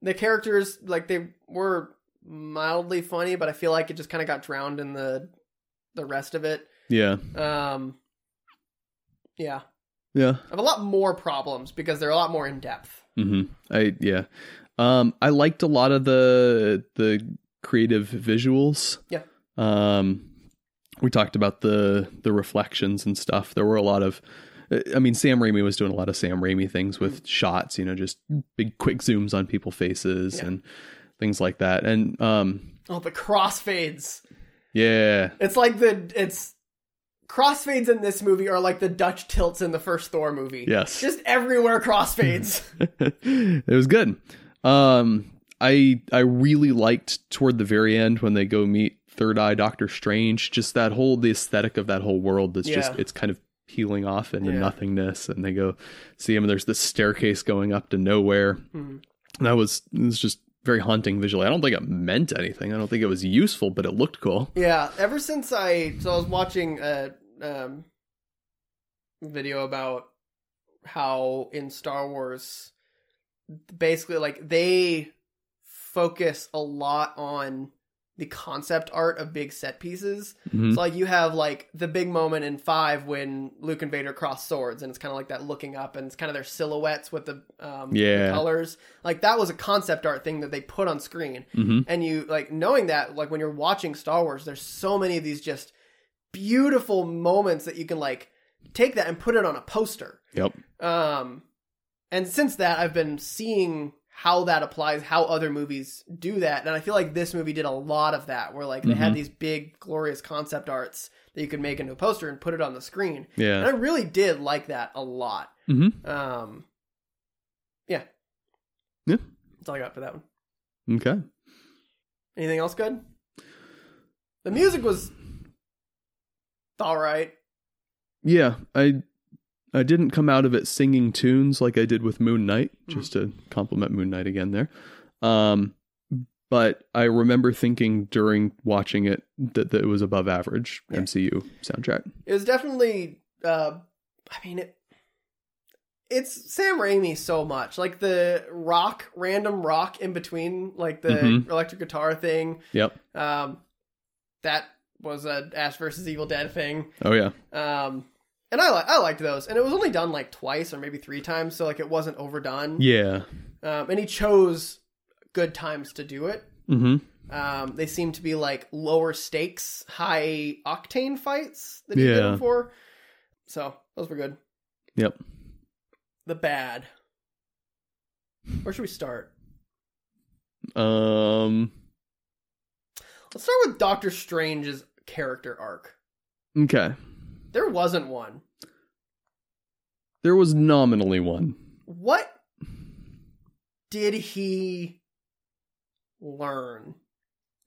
Speaker 1: the characters like they were mildly funny, but I feel like it just kind of got drowned in the the rest of it.
Speaker 2: Yeah.
Speaker 1: Um. Yeah,
Speaker 2: Yeah.
Speaker 1: I have a lot more problems because they're a lot more in depth.
Speaker 2: hmm I yeah. Um, I liked a lot of the the creative visuals.
Speaker 1: Yeah.
Speaker 2: Um, we talked about the the reflections and stuff. There were a lot of. I mean, Sam Raimi was doing a lot of Sam Raimi things
Speaker 1: Mm-hmm.
Speaker 2: with shots, you know, just big quick zooms on people faces
Speaker 1: Yeah.
Speaker 2: and things like that. And um,
Speaker 1: Oh, the crossfades.
Speaker 2: yeah,
Speaker 1: It's like the it's crossfades in this movie are like the Dutch tilts in the first Thor movie.
Speaker 2: yes,
Speaker 1: Just everywhere crossfades.
Speaker 2: it was good. Um, I I really liked toward the very end when they go meet Third Eye Doctor Strange. Just that whole the aesthetic of that whole world. That's just
Speaker 1: Yeah.
Speaker 2: it's kind of healing off into
Speaker 1: Yeah.
Speaker 2: nothingness, and they go see him. And there's this staircase going up to nowhere.
Speaker 1: Mhm.
Speaker 2: And that was it was just very haunting visually. I don't think it meant anything. I don't think it was useful, but it looked cool.
Speaker 1: Yeah, ever since I so I was watching a um, video about how in Star Wars, basically like they focus a lot on the concept art of big set pieces.
Speaker 2: Mhm.
Speaker 1: So like you have like the big moment in five when Luke and Vader cross swords, and it's kind of like that looking up, and it's kind of their silhouettes with the um, the
Speaker 2: Yeah.
Speaker 1: colors. Like that was a concept art thing that they put on screen
Speaker 2: Mhm.
Speaker 1: and you like knowing that like when you're watching star wars there's so many of these just beautiful moments that you can like take that and put it on a poster
Speaker 2: Yep.
Speaker 1: um and since that i've been seeing how that applies how other movies do that and i feel like this movie did a lot of that where like they
Speaker 2: Mm-hmm.
Speaker 1: had these big glorious concept arts that you could make into a poster and put it on the screen and i
Speaker 2: Yeah.
Speaker 1: really did like that a lot
Speaker 2: hmm
Speaker 1: um yeah
Speaker 2: Yeah.
Speaker 1: that's all i got for that one
Speaker 2: Okay.
Speaker 1: Anything else good? The music was all right.
Speaker 2: Yeah, I I didn't come out of it singing tunes like I did with Moon Knight, just to compliment Moon Knight again there. Um but I remember thinking during watching it that, that it was above average
Speaker 1: Yeah.
Speaker 2: MCU soundtrack.
Speaker 1: It was definitely. Uh, I mean, it, it's Sam Raimi so much. Like the rock, random rock in between, like the
Speaker 2: Mhm.
Speaker 1: electric guitar thing.
Speaker 2: Yep.
Speaker 1: Um, that was a Ash versus Evil Dead thing.
Speaker 2: Oh yeah.
Speaker 1: Um, and I li- I liked those, and it was only done like twice or maybe three times, so like it wasn't overdone.
Speaker 2: Yeah.
Speaker 1: Um, and he chose good times to do it.
Speaker 2: Mhm.
Speaker 1: Um, they seem to be like lower stakes, high octane fights that he did
Speaker 2: Yeah.
Speaker 1: before. So those were good.
Speaker 2: Yep.
Speaker 1: The bad. Where should we start?
Speaker 2: Um
Speaker 1: Let's start with Doctor Strange's character arc.
Speaker 2: okay.
Speaker 1: There wasn't one.
Speaker 2: There was nominally one.
Speaker 1: What did he learn?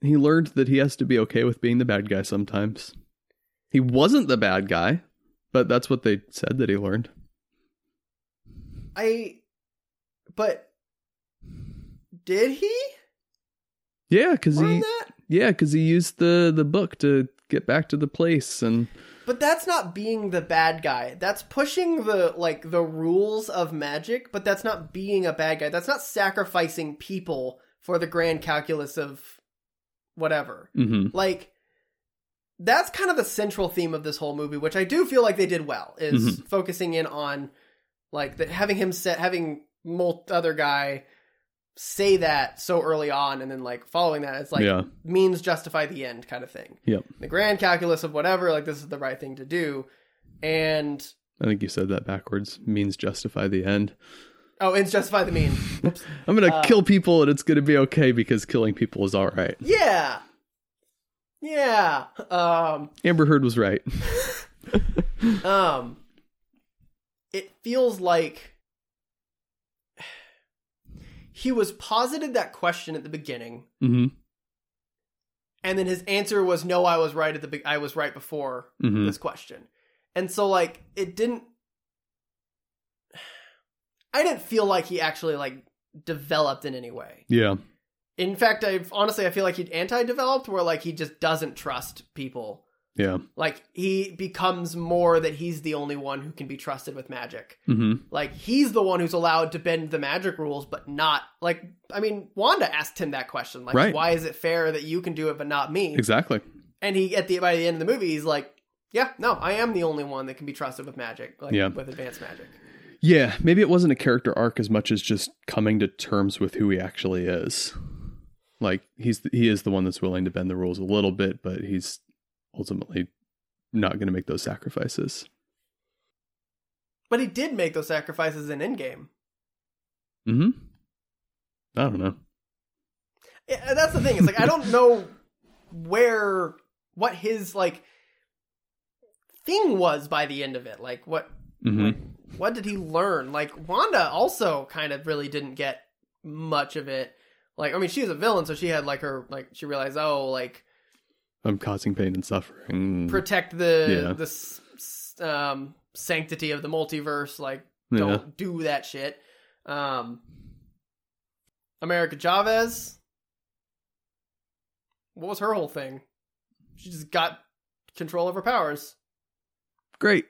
Speaker 2: He learned that he has to be okay with being the bad guy sometimes. He wasn't the bad guy, but that's what they said that he learned.
Speaker 1: I. But. Did he
Speaker 2: Yeah, cuz
Speaker 1: learn
Speaker 2: he
Speaker 1: that?
Speaker 2: Yeah, because he used the the book to get back to the place, and
Speaker 1: But that's not being the bad guy. That's pushing the like the rules of magic, but that's not being a bad guy. That's not sacrificing people for the grand calculus of whatever.
Speaker 2: mm-hmm.
Speaker 1: Like that's kind of the central theme of this whole movie, which I do feel like they did well is focusing in on like the, having him set having mult other guy say that so early on and then like following that it's like
Speaker 2: yeah,
Speaker 1: means justify the end kind of thing.
Speaker 2: Yep.
Speaker 1: The grand calculus of whatever, like this is the right thing to do. And
Speaker 2: I think you said that backwards. Means justify the end.
Speaker 1: oh, and justify the mean.
Speaker 2: I'm gonna
Speaker 1: Uh,
Speaker 2: kill people, and it's gonna be okay because killing people is all right.
Speaker 1: yeah. Yeah. Um
Speaker 2: Amber Heard was right.
Speaker 1: um it feels like he was posited that question at the beginning
Speaker 2: hmm
Speaker 1: and then his answer was no I was right at the be- I was right before
Speaker 2: hmm
Speaker 1: this question. And so like it didn't I didn't feel like he actually like developed in any way.
Speaker 2: Yeah,
Speaker 1: In fact, I honestly I feel like he'd anti-developed where like he just doesn't trust people.
Speaker 2: yeah,
Speaker 1: Like he becomes more that he's the only one who can be trusted with magic.
Speaker 2: hmm
Speaker 1: Like he's the one who's allowed to bend the magic rules but not like I mean Wanda asked him that question like
Speaker 2: Right.
Speaker 1: why is it fair that you can do it but not me?
Speaker 2: exactly.
Speaker 1: and he at the by the end of the movie he's like yeah no i am the only one that can be trusted with magic like
Speaker 2: Yeah.
Speaker 1: with advanced magic
Speaker 2: Yeah, maybe it wasn't a character arc as much as just coming to terms with who he actually is. Like he's he is the one that's willing to bend the rules a little bit, but he's ultimately not going to make those sacrifices.
Speaker 1: but he did make those sacrifices in endgame
Speaker 2: Hmm. I don't know.
Speaker 1: Yeah, and that's the thing it's like i don't know where what his like thing was by the end of it like what
Speaker 2: hmm
Speaker 1: like, what did he learn like wanda also kind of really didn't get much of it like i mean she was a villain so she had like her like she realized oh like
Speaker 2: I'm causing pain and suffering.
Speaker 1: protect the
Speaker 2: Yeah.
Speaker 1: the s- s- um, sanctity of the multiverse. Like,
Speaker 2: Yeah.
Speaker 1: don't do that shit. Um, America Chavez. What was her whole thing? She just got control of her powers.
Speaker 2: Great.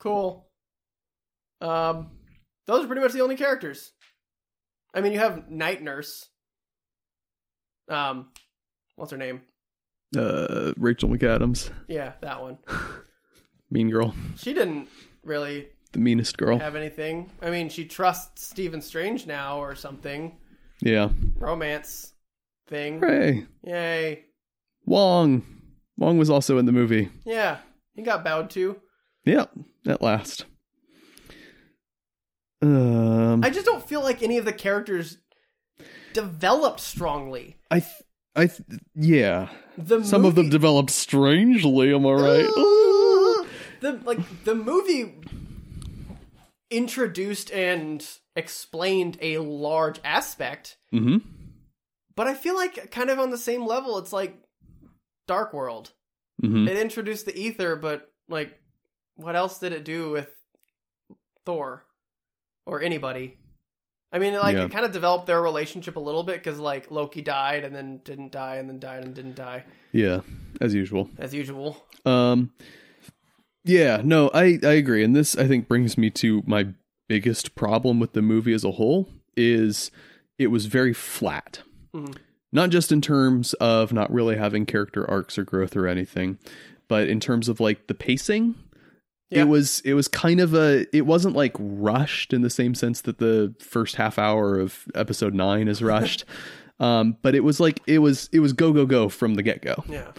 Speaker 1: Cool. Um, those are pretty much the only characters. I mean, you have Night Nurse. Um, what's her name?
Speaker 2: Uh, Rachel McAdams,
Speaker 1: Yeah, that one.
Speaker 2: mean girl,
Speaker 1: She didn't really
Speaker 2: the meanest girl.
Speaker 1: have anything. I mean, she trusts Stephen Strange now or something.
Speaker 2: Yeah.
Speaker 1: Romance thing.
Speaker 2: Hooray.
Speaker 1: Yay.
Speaker 2: Wong. Wong was also in the movie.
Speaker 1: Yeah. He got bowed to.
Speaker 2: Yep. At last. Um.
Speaker 1: I just don't feel like any of the characters developed strongly.
Speaker 2: I. Th- I. Th- yeah.
Speaker 1: The
Speaker 2: Some of them
Speaker 1: movie-
Speaker 2: developed strangely. Am I right?
Speaker 1: the like the movie introduced and explained a large aspect,
Speaker 2: mm-hmm.
Speaker 1: but I feel like kind of on the same level it's like Dark World.
Speaker 2: Mm-hmm.
Speaker 1: It introduced the ether, but like what else did it do with Thor or anybody? I mean, like
Speaker 2: Yeah.
Speaker 1: it kind of developed their relationship a little bit because like Loki died and then didn't die and then died and didn't die
Speaker 2: Yeah. As usual.
Speaker 1: as usual.
Speaker 2: Um Yeah, no, I I agree. And this I think brings me to my biggest problem with the movie as a whole is it was very flat.
Speaker 1: Mhm.
Speaker 2: Not just in terms of not really having character arcs or growth or anything, but in terms of like the pacing.
Speaker 1: Yeah.
Speaker 2: It was it was kind of a it wasn't like rushed in the same sense that the first half hour of episode 9 is rushed. um but it was like it was it was go go go from the get-go
Speaker 1: Yeah,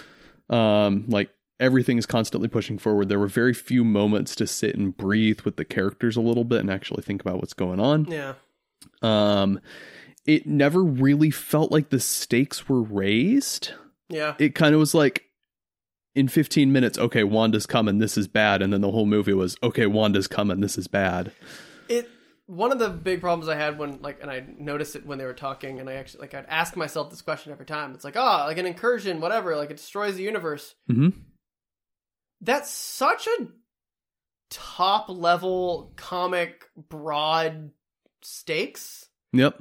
Speaker 2: um like everything is constantly pushing forward there were very few moments to sit and breathe with the characters a little bit and actually think about what's going on
Speaker 1: yeah,
Speaker 2: um it never really felt like the stakes were raised
Speaker 1: yeah,
Speaker 2: it kind of was like in 15 minutes okay wanda's coming this is bad and then the whole movie was okay wanda's coming this is bad
Speaker 1: it one of the big problems I had when like and I noticed it when they were talking and I actually like I'd ask myself this question every time. It's like, ah, like an incursion, whatever, like it destroys the universe.
Speaker 2: hmm
Speaker 1: That's such a top level comic broad stakes
Speaker 2: yep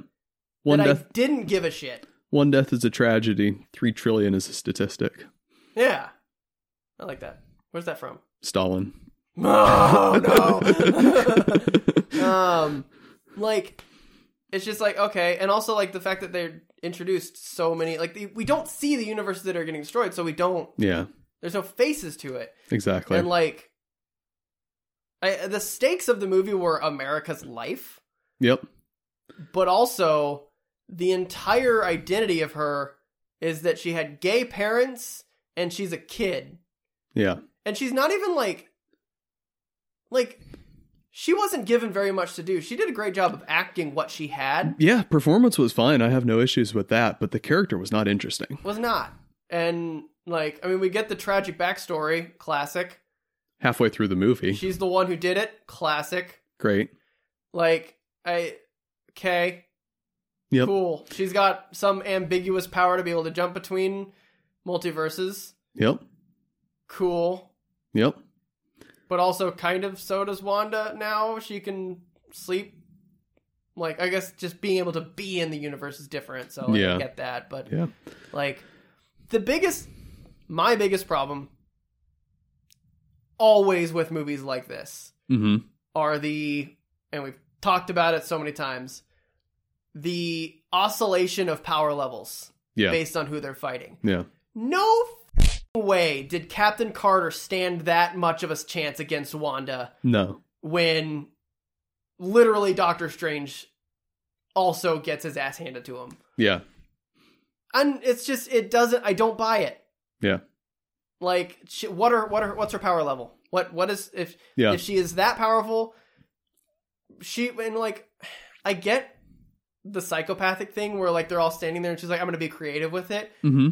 Speaker 2: one
Speaker 1: that
Speaker 2: death
Speaker 1: I didn't give a shit.
Speaker 2: one death is a tragedy 3 trillion is a statistic
Speaker 1: Yeah. I like that. Where's that from?
Speaker 2: stalin
Speaker 1: Oh no. um like it's just like okay and also like the fact that they introduced so many like the, we don't see the universes that are getting destroyed so we don't
Speaker 2: yeah
Speaker 1: there's no faces to it
Speaker 2: exactly
Speaker 1: and like I, the stakes of the movie were america's life
Speaker 2: yep
Speaker 1: but also the entire identity of her is that she had gay parents and she's a kid
Speaker 2: yeah
Speaker 1: and she's not even like like she wasn't given very much to do she did a great job of acting what she had
Speaker 2: Yeah, performance was fine. I have no issues with that, but the character was not interesting.
Speaker 1: was not and like i mean we get the tragic backstory classic
Speaker 2: Halfway through the movie,
Speaker 1: she's the one who did it classic
Speaker 2: great.
Speaker 1: like i okay
Speaker 2: Yep.
Speaker 1: cool she's got some ambiguous power to be able to jump between multiverses
Speaker 2: Yep.
Speaker 1: cool
Speaker 2: Yep.
Speaker 1: but also kind of so does Wanda now. She can sleep. Like I guess just being able to be in the universe is different, so I
Speaker 2: Yeah.
Speaker 1: get that. But
Speaker 2: Yeah.
Speaker 1: like the biggest, my biggest problem, always with movies like this,
Speaker 2: Mm-hmm.
Speaker 1: are the and we've talked about it so many times, the oscillation of power levels
Speaker 2: Yeah.
Speaker 1: based on who they're fighting.
Speaker 2: Yeah.
Speaker 1: No f- way did Captain Carter stand that much of a chance against Wanda
Speaker 2: No.
Speaker 1: when literally Doctor Strange also gets his ass handed to him.
Speaker 2: Yeah.
Speaker 1: And it's just it doesn't I don't buy it.
Speaker 2: Yeah.
Speaker 1: Like she, what are what are what's her power level? What what is if
Speaker 2: Yeah.
Speaker 1: if she is that powerful she and like I get the psychopathic thing where like they're all standing there and she's like I'm going to be creative with it.
Speaker 2: Mm-hmm.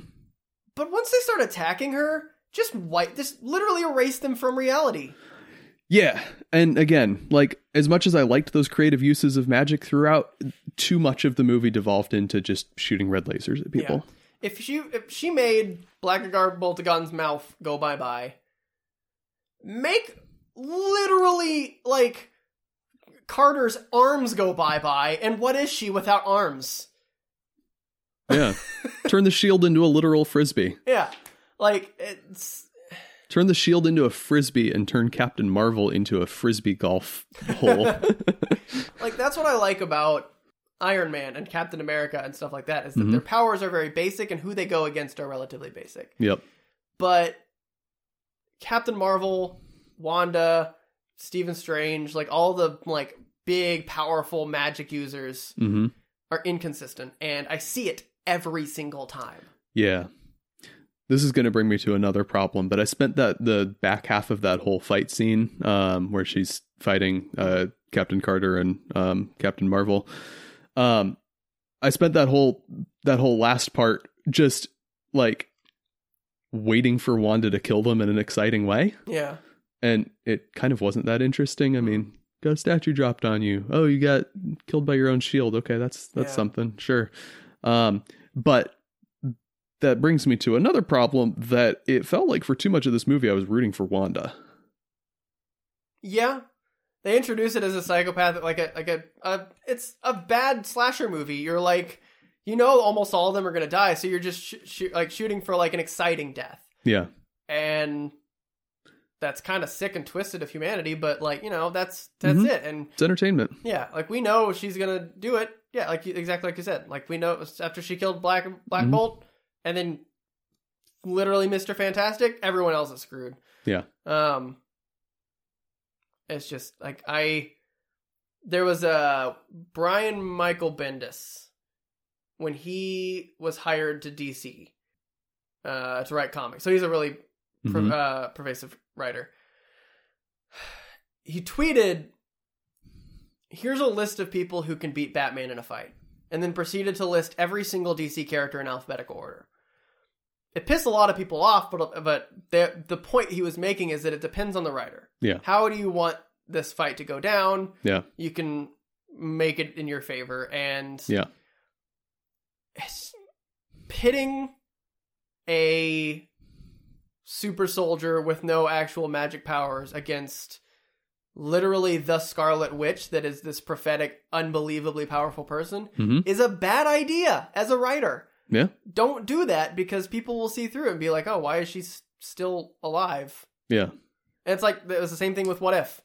Speaker 1: But once they start attacking her, just wipe just literally erase them from reality.
Speaker 2: Yeah. And again, like as much as I liked those creative uses of magic throughout, too much of the movie devolved into just shooting red lasers at people.
Speaker 1: If she if she made Blackagar Boltagon's mouth go bye bye, make literally like Carter's arms go bye bye, and what is she without arms?
Speaker 2: Yeah. Turn the shield into a literal frisbee.
Speaker 1: Yeah, like it's
Speaker 2: Turn the shield into a frisbee and turn Captain Marvel into a frisbee golf hole.
Speaker 1: like that's what I like about Iron Man and Captain America and stuff like that is that
Speaker 2: Mhm.
Speaker 1: their powers are very basic and who they go against are relatively basic.
Speaker 2: yep.
Speaker 1: but Captain Marvel, Wanda, Stephen Strange, like all the like big powerful magic users
Speaker 2: Mm-hmm.
Speaker 1: are inconsistent and I see it every single time.
Speaker 2: Yeah. This is going to bring me to another problem, but I spent that the back half of that whole fight scene um, where she's fighting uh, Captain Carter and um, Captain Marvel. Um, I spent that whole that whole last part just like waiting for Wanda to kill them in an exciting way,
Speaker 1: Yeah.
Speaker 2: and it kind of wasn't that interesting. I mean, got a statue dropped on you. Oh, you got killed by your own shield. Okay, that's that's
Speaker 1: Yeah.
Speaker 2: something. Sure. Um, but that brings me to another problem that it felt like for too much of this movie I was rooting for Wanda.
Speaker 1: Yeah. They introduce it as a psychopath like a like a, a it's a bad slasher movie. You're like you know almost all of them are going to die, so you're just sh- sh- like shooting for like an exciting death.
Speaker 2: Yeah.
Speaker 1: And that's kind of sick and twisted of humanity, but like, you know, that's that's
Speaker 2: Mhm.
Speaker 1: it. And
Speaker 2: It's entertainment.
Speaker 1: Yeah, like we know she's gonna do it. Yeah, like you- exactly like you said. Like we know after she killed Black Black
Speaker 2: Mhm.
Speaker 1: Bolt, and then literally Mister Fantastic, everyone else is screwed.
Speaker 2: Yeah.
Speaker 1: Um, it's just like I. There was a Brian Michael Bendis when he was hired to DC uh, to write comics. So he's a really per-
Speaker 2: Mhm.
Speaker 1: uh, pervasive writer. He tweeted, "Here's a list of people who can beat Batman in a fight," and then proceeded to list every single DC character in alphabetical order. It pissed a lot of people off, but but the the point he was making is that it depends on the writer.
Speaker 2: Yeah.
Speaker 1: How do you want this fight to go down?
Speaker 2: Yeah.
Speaker 1: You can make it in your favor, and
Speaker 2: Yeah.
Speaker 1: it's pitting a super soldier with no actual magic powers against literally the Scarlet Witch that is this prophetic, unbelievably powerful person
Speaker 2: Mm-hmm.
Speaker 1: is a bad idea as a writer.
Speaker 2: Yeah.
Speaker 1: Don't do that because people will see through it and be like, oh, why is she s- still alive?
Speaker 2: Yeah.
Speaker 1: And it's like, it was the same thing with What If.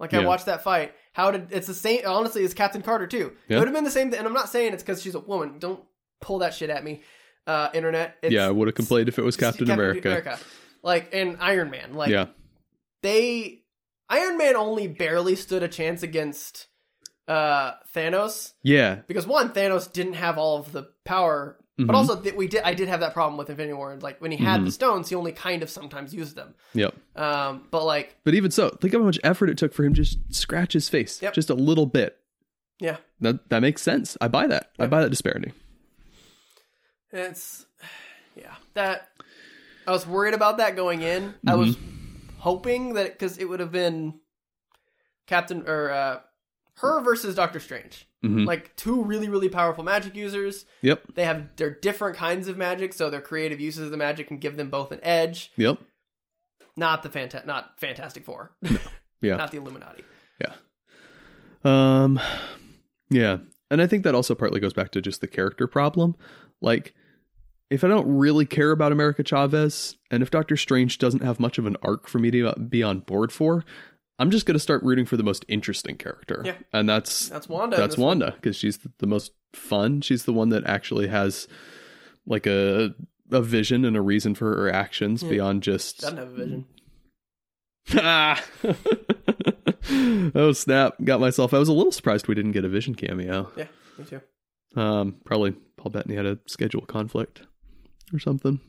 Speaker 1: Like, I
Speaker 2: Yeah.
Speaker 1: watched that fight. How did, it's the same, honestly, it's Captain Carter too. It
Speaker 2: Yeah.
Speaker 1: would have been the same thing. And I'm not saying it's because she's a woman. Don't pull that shit at me, uh, internet. It's,
Speaker 2: yeah, I would have complained if it was
Speaker 1: it's
Speaker 2: Captain, America.
Speaker 1: Like, and Iron Man. Like,
Speaker 2: yeah.
Speaker 1: they Iron Man only barely stood a chance against uh Thanos
Speaker 2: Yeah.
Speaker 1: because one Thanos didn't have all of the power,
Speaker 2: Mhm.
Speaker 1: but also that we did I did have that problem with Infinity War. and, Like when he had the
Speaker 2: Mhm.
Speaker 1: stones, he only kind of sometimes used them.
Speaker 2: Yep.
Speaker 1: Um, but like
Speaker 2: But even so, think of how much effort it took for him to just scratch his face
Speaker 1: Yep.
Speaker 2: just a little bit.
Speaker 1: Yeah.
Speaker 2: That that makes sense. I buy that. I
Speaker 1: Yep.
Speaker 2: buy that disparity.
Speaker 1: it's yeah that I was worried about that going in. I was
Speaker 2: Mm-hmm.
Speaker 1: hoping that because it would have been Captain or uh, her versus Doctor Strange,
Speaker 2: Mhm.
Speaker 1: like two really really powerful magic users.
Speaker 2: Yep.
Speaker 1: they have they're different kinds of magic, so their creative uses of the magic can give them both an edge.
Speaker 2: Yep.
Speaker 1: Not the fanta- not Fantastic Four,
Speaker 2: Yeah.
Speaker 1: not the Illuminati.
Speaker 2: Um, yeah, and I think that also partly goes back to just the character problem. Like, if I don't really care about America Chavez, and if Doctor Strange doesn't have much of an arc for me to be on board for, I'm just going to start rooting for the most interesting character,
Speaker 1: Yeah.
Speaker 2: and that's
Speaker 1: That's Wanda. in
Speaker 2: that's
Speaker 1: this one.
Speaker 2: Wanda because she's the, the most fun. She's the one that actually has like a a vision and a reason for her actions
Speaker 1: Yeah.
Speaker 2: beyond just
Speaker 1: Doesn't have a vision.
Speaker 2: Ah. oh snap! Got myself. I was a little surprised we didn't get a Vision cameo.
Speaker 1: Yeah, me too.
Speaker 2: Um, probably Paul Bettany had a schedule conflict or something.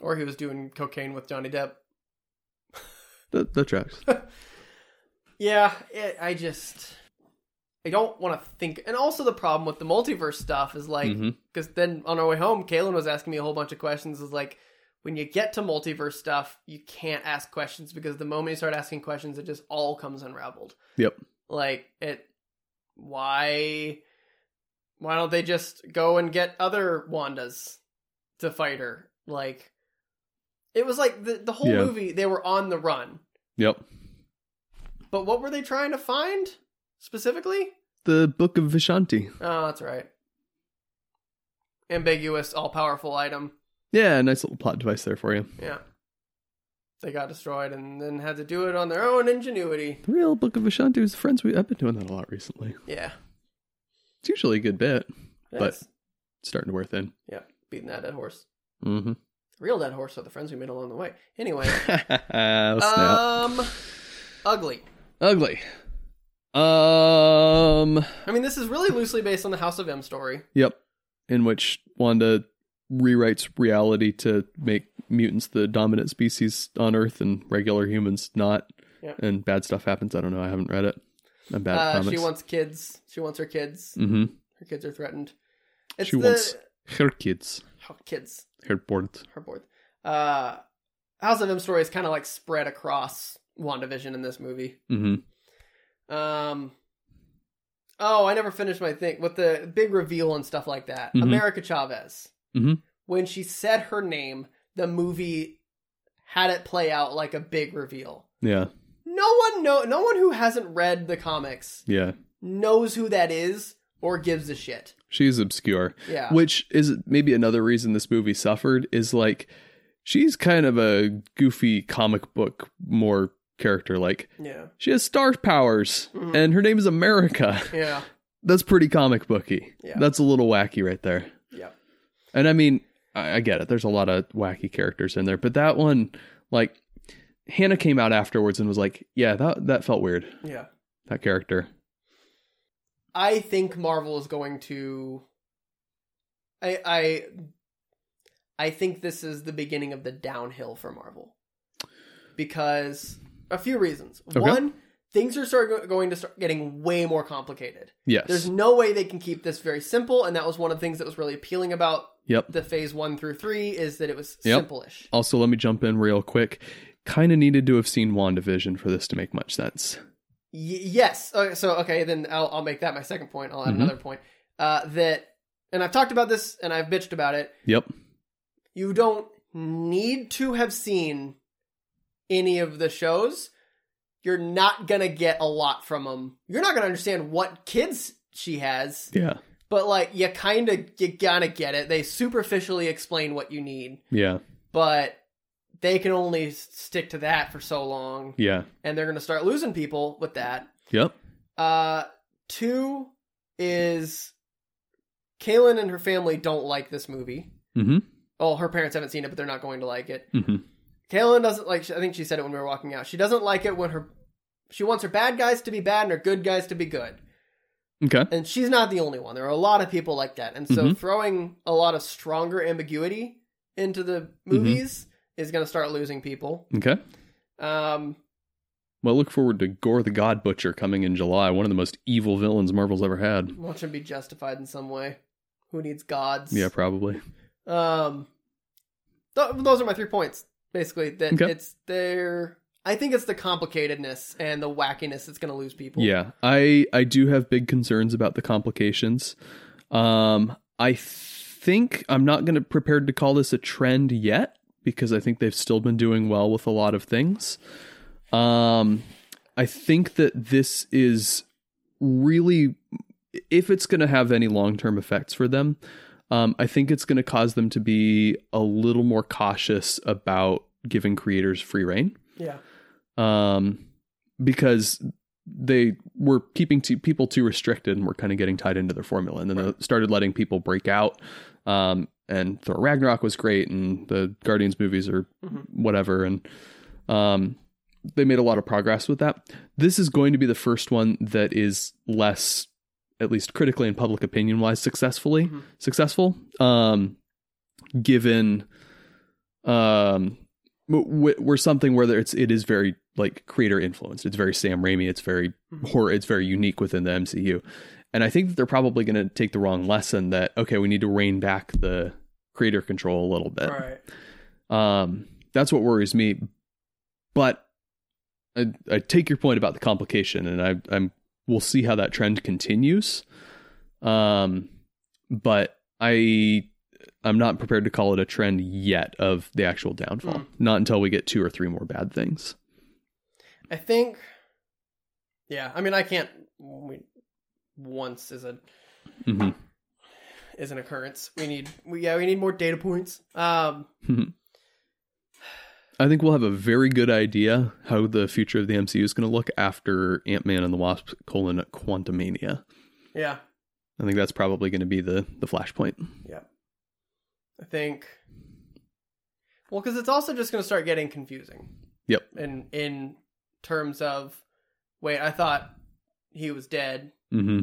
Speaker 1: Or he was doing cocaine with Johnny Depp.
Speaker 2: That that tracks.
Speaker 1: Yeah, it, I just I don't want to think. And also the problem with the multiverse stuff is like
Speaker 2: Mhm.
Speaker 1: because then on our way home, Kaylin was asking me a whole bunch of questions. Is like when you get to multiverse stuff, you can't ask questions because the moment you start asking questions, it just all comes unraveled.
Speaker 2: Yep.
Speaker 1: Like it. Why? Why don't they just go and get other Wandas to fight her? Like it was like the the whole
Speaker 2: Yeah.
Speaker 1: movie they were on the run.
Speaker 2: Yep.
Speaker 1: But what were they trying to find specifically?
Speaker 2: The Book of Vishanti.
Speaker 1: Oh, that's right. Ambiguous, all powerful item.
Speaker 2: Yeah, nice little plot device there for you.
Speaker 1: Yeah. They got destroyed and then had to do it on their own ingenuity.
Speaker 2: The real Book of Vishanti is friends. We I've been doing that a lot recently.
Speaker 1: Yeah.
Speaker 2: It's usually a good bit. But-
Speaker 1: that's-
Speaker 2: It's starting to wear thin.
Speaker 1: yeah, beating that dead horse.
Speaker 2: Mm-hmm.
Speaker 1: Real dead horse are the friends we made along the way. Anyway,
Speaker 2: Oh, Snap.
Speaker 1: um, ugly.
Speaker 2: Ugly. Um.
Speaker 1: I mean, this is really loosely based on the House of M story.
Speaker 2: Yep. In which Wanda rewrites reality to make mutants the dominant species on Earth and regular humans not.
Speaker 1: Yeah.
Speaker 2: And bad stuff happens. I don't know. I haven't read it. I'm bad at
Speaker 1: Uh, she
Speaker 2: comics.
Speaker 1: wants kids. She wants her kids.
Speaker 2: hmm
Speaker 1: Her kids are threatened. It's
Speaker 2: She
Speaker 1: the
Speaker 2: wants- Her kids.
Speaker 1: oh, kids.
Speaker 2: Her board.
Speaker 1: Her board. Uh, House of M story is kind of like spread across WandaVision in this movie.
Speaker 2: hmm
Speaker 1: Um. Oh, I never finished my thing with the big reveal and stuff like that.
Speaker 2: Mhm.
Speaker 1: America Chavez.
Speaker 2: Mhm.
Speaker 1: When she said her name, the movie had it play out like a big reveal.
Speaker 2: Yeah.
Speaker 1: No one know. No one who hasn't read the comics
Speaker 2: Yeah.
Speaker 1: knows who that is or gives a shit.
Speaker 2: She's obscure.
Speaker 1: Yeah.
Speaker 2: which is maybe another reason this movie suffered is like she's kind of a goofy comic book more character like
Speaker 1: yeah.
Speaker 2: she has star powers
Speaker 1: Mhm.
Speaker 2: and her name is america
Speaker 1: Yeah.
Speaker 2: that's pretty comic booky
Speaker 1: Yeah.
Speaker 2: that's a little wacky right there
Speaker 1: Yeah.
Speaker 2: and i mean I, I get it there's a lot of wacky characters in there but that one like hannah came out afterwards and was like yeah that that felt weird
Speaker 1: Yeah.
Speaker 2: that character
Speaker 1: I think Marvel is going to. I I. I think this is the beginning of the downhill for Marvel, because a few reasons.
Speaker 2: Okay.
Speaker 1: One, things are start go- going to start getting way more complicated.
Speaker 2: yes
Speaker 1: There's no way they can keep this very simple, and that was one of the things that was really appealing about
Speaker 2: yep
Speaker 1: the phase one through three is that it was
Speaker 2: Yep.
Speaker 1: simple-ish.
Speaker 2: Also, let me jump in real quick. Kind of needed to have seen WandaVision for this to make much sense.
Speaker 1: Y- yes. Uh, so okay, then I'll I'll make that my second point. I'll add
Speaker 2: Mhm.
Speaker 1: another point uh, that, and I've talked about this and I've bitched about it.
Speaker 2: Yep.
Speaker 1: you don't need to have seen any of the shows. You're not gonna get a lot from them. You're not gonna understand what kids she has,
Speaker 2: Yeah.
Speaker 1: but like you kind of you gotta get it. They superficially explain what you need,
Speaker 2: Yeah.
Speaker 1: but they can only s- stick to that for so long,
Speaker 2: Yeah.
Speaker 1: and they're gonna start losing people with that.
Speaker 2: Yep.
Speaker 1: Uh, two is Kaylin and her family don't like this movie.
Speaker 2: Mm-hmm.
Speaker 1: Oh, her parents haven't seen it, but they're not going to like it.
Speaker 2: Mm-hmm.
Speaker 1: Kaylin doesn't like. I think she said it when we were walking out. She doesn't like it when her. She wants her bad guys to be bad and her good guys to be good.
Speaker 2: Okay.
Speaker 1: And she's not the only one. There are a lot of people like that. And so
Speaker 2: Mhm.
Speaker 1: throwing a lot of stronger ambiguity into the
Speaker 2: Mm-hmm.
Speaker 1: movies is going to start losing people.
Speaker 2: Okay.
Speaker 1: Um,
Speaker 2: Well, look forward to Gore the God Butcher coming in July. One of the most evil villains Marvel's ever had.
Speaker 1: watch them be justified in some way. Who needs gods?
Speaker 2: Yeah, probably.
Speaker 1: Um, th- those are my three points. Basically, that
Speaker 2: Okay.
Speaker 1: it's their. I think it's the complicatedness and the wackiness that's going to lose people.
Speaker 2: Yeah. I I do have big concerns about the complications. Um, I think I'm not going to prepared to call this a trend yet because I think they've still been doing well with a lot of things. Um, I think that this is really, if it's going to have any long term effects for them, um, I think it's going to cause them to be a little more cautious about giving creators free reign
Speaker 1: Yeah.
Speaker 2: um, because they were keeping t- people too restricted and were kind of getting tied into their formula. And then they started letting people break out. Um, and Thor Ragnarok was great, and the Guardians movies are
Speaker 1: Mhm.
Speaker 2: whatever. And um, they made a lot of progress with that. This is going to be the first one that is less, at least critically and public opinion wise, successfully
Speaker 1: Mhm.
Speaker 2: successful. Um, given um w- we're something where there- it's it is very like creator influenced. It's very Sam Raimi. It's very
Speaker 1: Mhm.
Speaker 2: horror. It's very unique within the MCU. And I think that they're probably going to take the wrong lesson that okay, we need to rein back the creator control a little bit.
Speaker 1: right.
Speaker 2: Um, that's what worries me. But I, I take your point about the complication, and I, I'm we'll see how that trend continues. Um, but I I'm not prepared to call it a trend yet of the actual downfall.
Speaker 1: Mm.
Speaker 2: Not until we get two or three more bad things.
Speaker 1: I think. Yeah, I mean, I can't. We, once is a
Speaker 2: hmm
Speaker 1: is an occurrence. We need. We, yeah, we need more data points. Um,
Speaker 2: I think we'll have a very good idea how the future of the MCU is going to look after Ant Man and the Wasp: colon Quantumania.
Speaker 1: yeah,
Speaker 2: I think that's probably going to be the the flashpoint.
Speaker 1: I think. Well, because it's also just going to start getting confusing.
Speaker 2: Yep.
Speaker 1: In in terms of, wait, I thought he was dead.
Speaker 2: hmm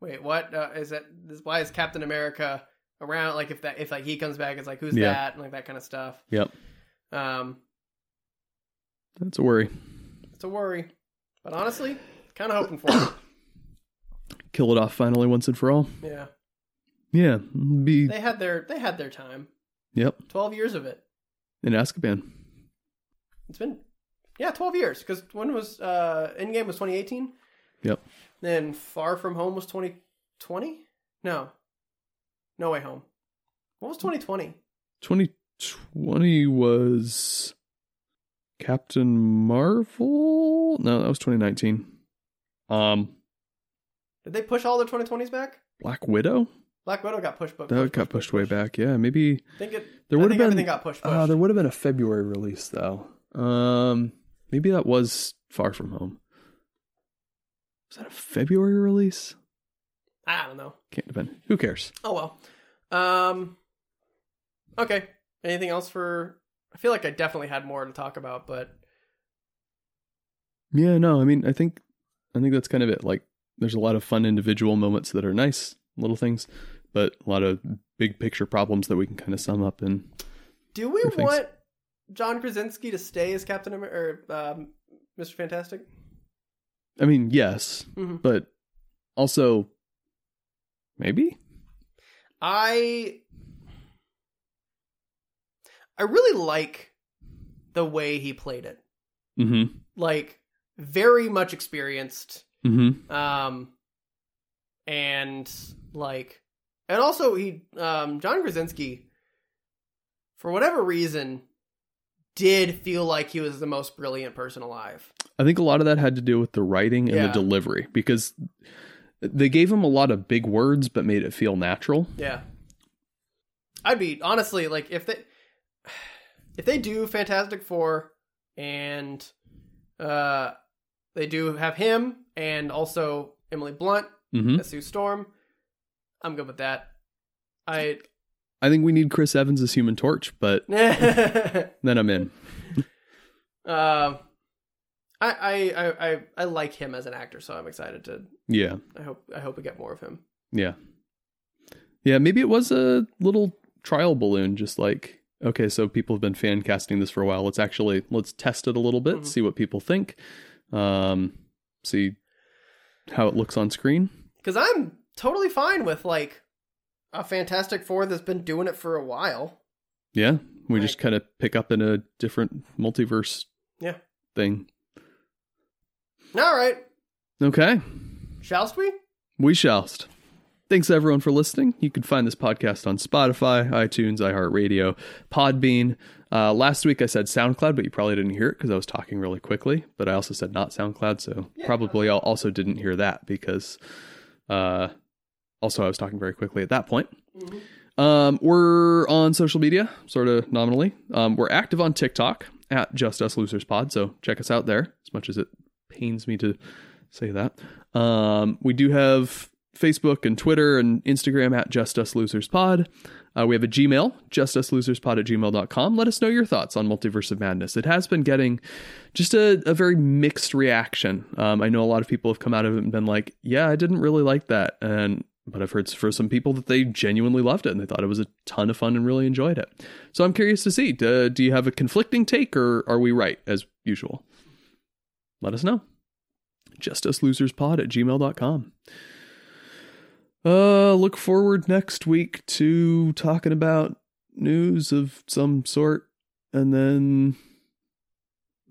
Speaker 1: Wait, what uh, is that? This, why is Captain America around? Like, if that if like he comes back, it's like who's
Speaker 2: Yeah.
Speaker 1: that and like that kind of stuff.
Speaker 2: Yep.
Speaker 1: Um,
Speaker 2: That's a worry.
Speaker 1: it's a worry, but honestly, kind of hoping for it.
Speaker 2: Kill it off finally once and for all.
Speaker 1: Yeah,
Speaker 2: Yeah, be
Speaker 1: they had their they had their time.
Speaker 2: yep
Speaker 1: Twelve years of it.
Speaker 2: in Azkaban.
Speaker 1: It's been yeah, twelve years. Because when was uh Endgame was twenty eighteen.
Speaker 2: Yep.
Speaker 1: Then Far From Home was twenty twenty. No, No Way Home. What was twenty twenty?
Speaker 2: 2020 was Captain Marvel? No, that was 2019. Um
Speaker 1: Did they push all the twenty twenties back?
Speaker 2: Black Widow?
Speaker 1: Black Widow got pushed, but
Speaker 2: That got pushed way back. Yeah, maybe
Speaker 1: I think it.
Speaker 2: there
Speaker 1: I
Speaker 2: would
Speaker 1: think
Speaker 2: have been
Speaker 1: everything got pushed. pushed.
Speaker 2: uh, there would have been a February release though. Um maybe that was Far From Home. Was that a February release?
Speaker 1: I don't know.
Speaker 2: Can't depend. Who cares?
Speaker 1: Oh well. Um. Okay. Anything else for? I feel like I definitely had more to talk about, but
Speaker 2: Yeah, no, I mean, I think, I think that's kind of it. Like, there's a lot of fun individual moments that are nice little things, but a lot of big picture problems that we can kind of sum up and
Speaker 1: do we
Speaker 2: Sure things.
Speaker 1: want John Krasinski to stay as Captain America or um, Mr. Fantastic?
Speaker 2: I mean, yes,
Speaker 1: Mhm.
Speaker 2: but also maybe.
Speaker 1: I I really like the way he played it.
Speaker 2: Mm-hmm.
Speaker 1: Like very much experienced.
Speaker 2: Mm-hmm.
Speaker 1: Um and like and also he um John Krasinski for whatever reason did feel like he was the most brilliant person alive.
Speaker 2: I think a lot of that had to do with the writing and
Speaker 1: Yeah.
Speaker 2: the delivery because they gave him a lot of big words, but made it feel natural.
Speaker 1: Yeah. I'd be honestly like if they if they do Fantastic Four and uh they do have him and also Emily Blunt
Speaker 2: Mm-hmm.
Speaker 1: as Sue Storm, I'm good with that. I
Speaker 2: I think we need Chris Evans as Human Torch, but then I'm in.
Speaker 1: Um, I, I I I I like him as an actor, so I'm excited to.
Speaker 2: Yeah.
Speaker 1: I hope I hope we get more of him.
Speaker 2: Yeah. Yeah, maybe it was a little trial balloon, just like, okay, so people have been fan casting this for a while. Let's actually let's test it a little bit,
Speaker 1: Mhm.
Speaker 2: see what people think. Um see how it looks on screen.
Speaker 1: Because I'm totally fine with like a Fantastic Four that's been doing it for a while.
Speaker 2: Yeah. We just
Speaker 1: Right.
Speaker 2: kind of pick up in a different multiverse
Speaker 1: Yeah.
Speaker 2: thing.
Speaker 1: All right,
Speaker 2: Okay.
Speaker 1: shall we?
Speaker 2: We shall. Thanks everyone for listening. You can find this podcast on Spotify, iTunes, iHeartRadio, Podbean. Uh, last week I said SoundCloud, but you probably didn't hear it because I was talking really quickly. But I also said not SoundCloud, so probably I also didn't hear that because uh, also I was talking very quickly at that point. Um, we're on social media, sort of nominally. Um, we're active on TikTok at Just Us Losers Pod, so check us out there. As much as it pains me to say that, um, we do have Facebook and Twitter and Instagram at Just Us Losers Pod. Uh, we have a Gmail, justuslosers.pod at gmail.com. Let us know your thoughts on Multiverse of Madness. It has been getting just a, a very mixed reaction. Um, I know a lot of people have come out of it and been like, yeah, I didn't really like that. And but I've heard for some people that they genuinely loved it and they thought it was a ton of fun and really enjoyed it. So I'm curious to see. Do, do you have a conflicting take or are we right as usual? Let us know. Justuslosers.pod at gmail.com. Uh, look forward next week to talking about news of some sort, and then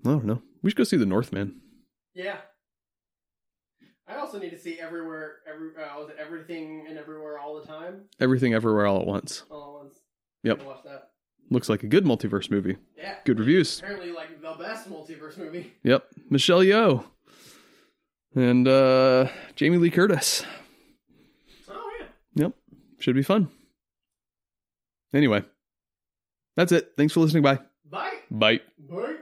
Speaker 2: I don't know. We should go see the Northman.
Speaker 1: Yeah. I also need to see everywhere, every uh, was it everything and everywhere all the time,
Speaker 2: Everything, everywhere, all at once.
Speaker 1: all at once.
Speaker 2: Yep.
Speaker 1: Gotta Watch that.
Speaker 2: Looks like a good multiverse movie.
Speaker 1: Yeah.
Speaker 2: Good reviews.
Speaker 1: Apparently, like the best multiverse movie.
Speaker 2: Yep. Michelle Yeoh and uh, Jamie Lee Curtis.
Speaker 1: Oh yeah.
Speaker 2: Yep. Should be fun. Anyway, that's it. Thanks for listening. Bye.
Speaker 1: Bye.
Speaker 2: Bye.
Speaker 1: Bye.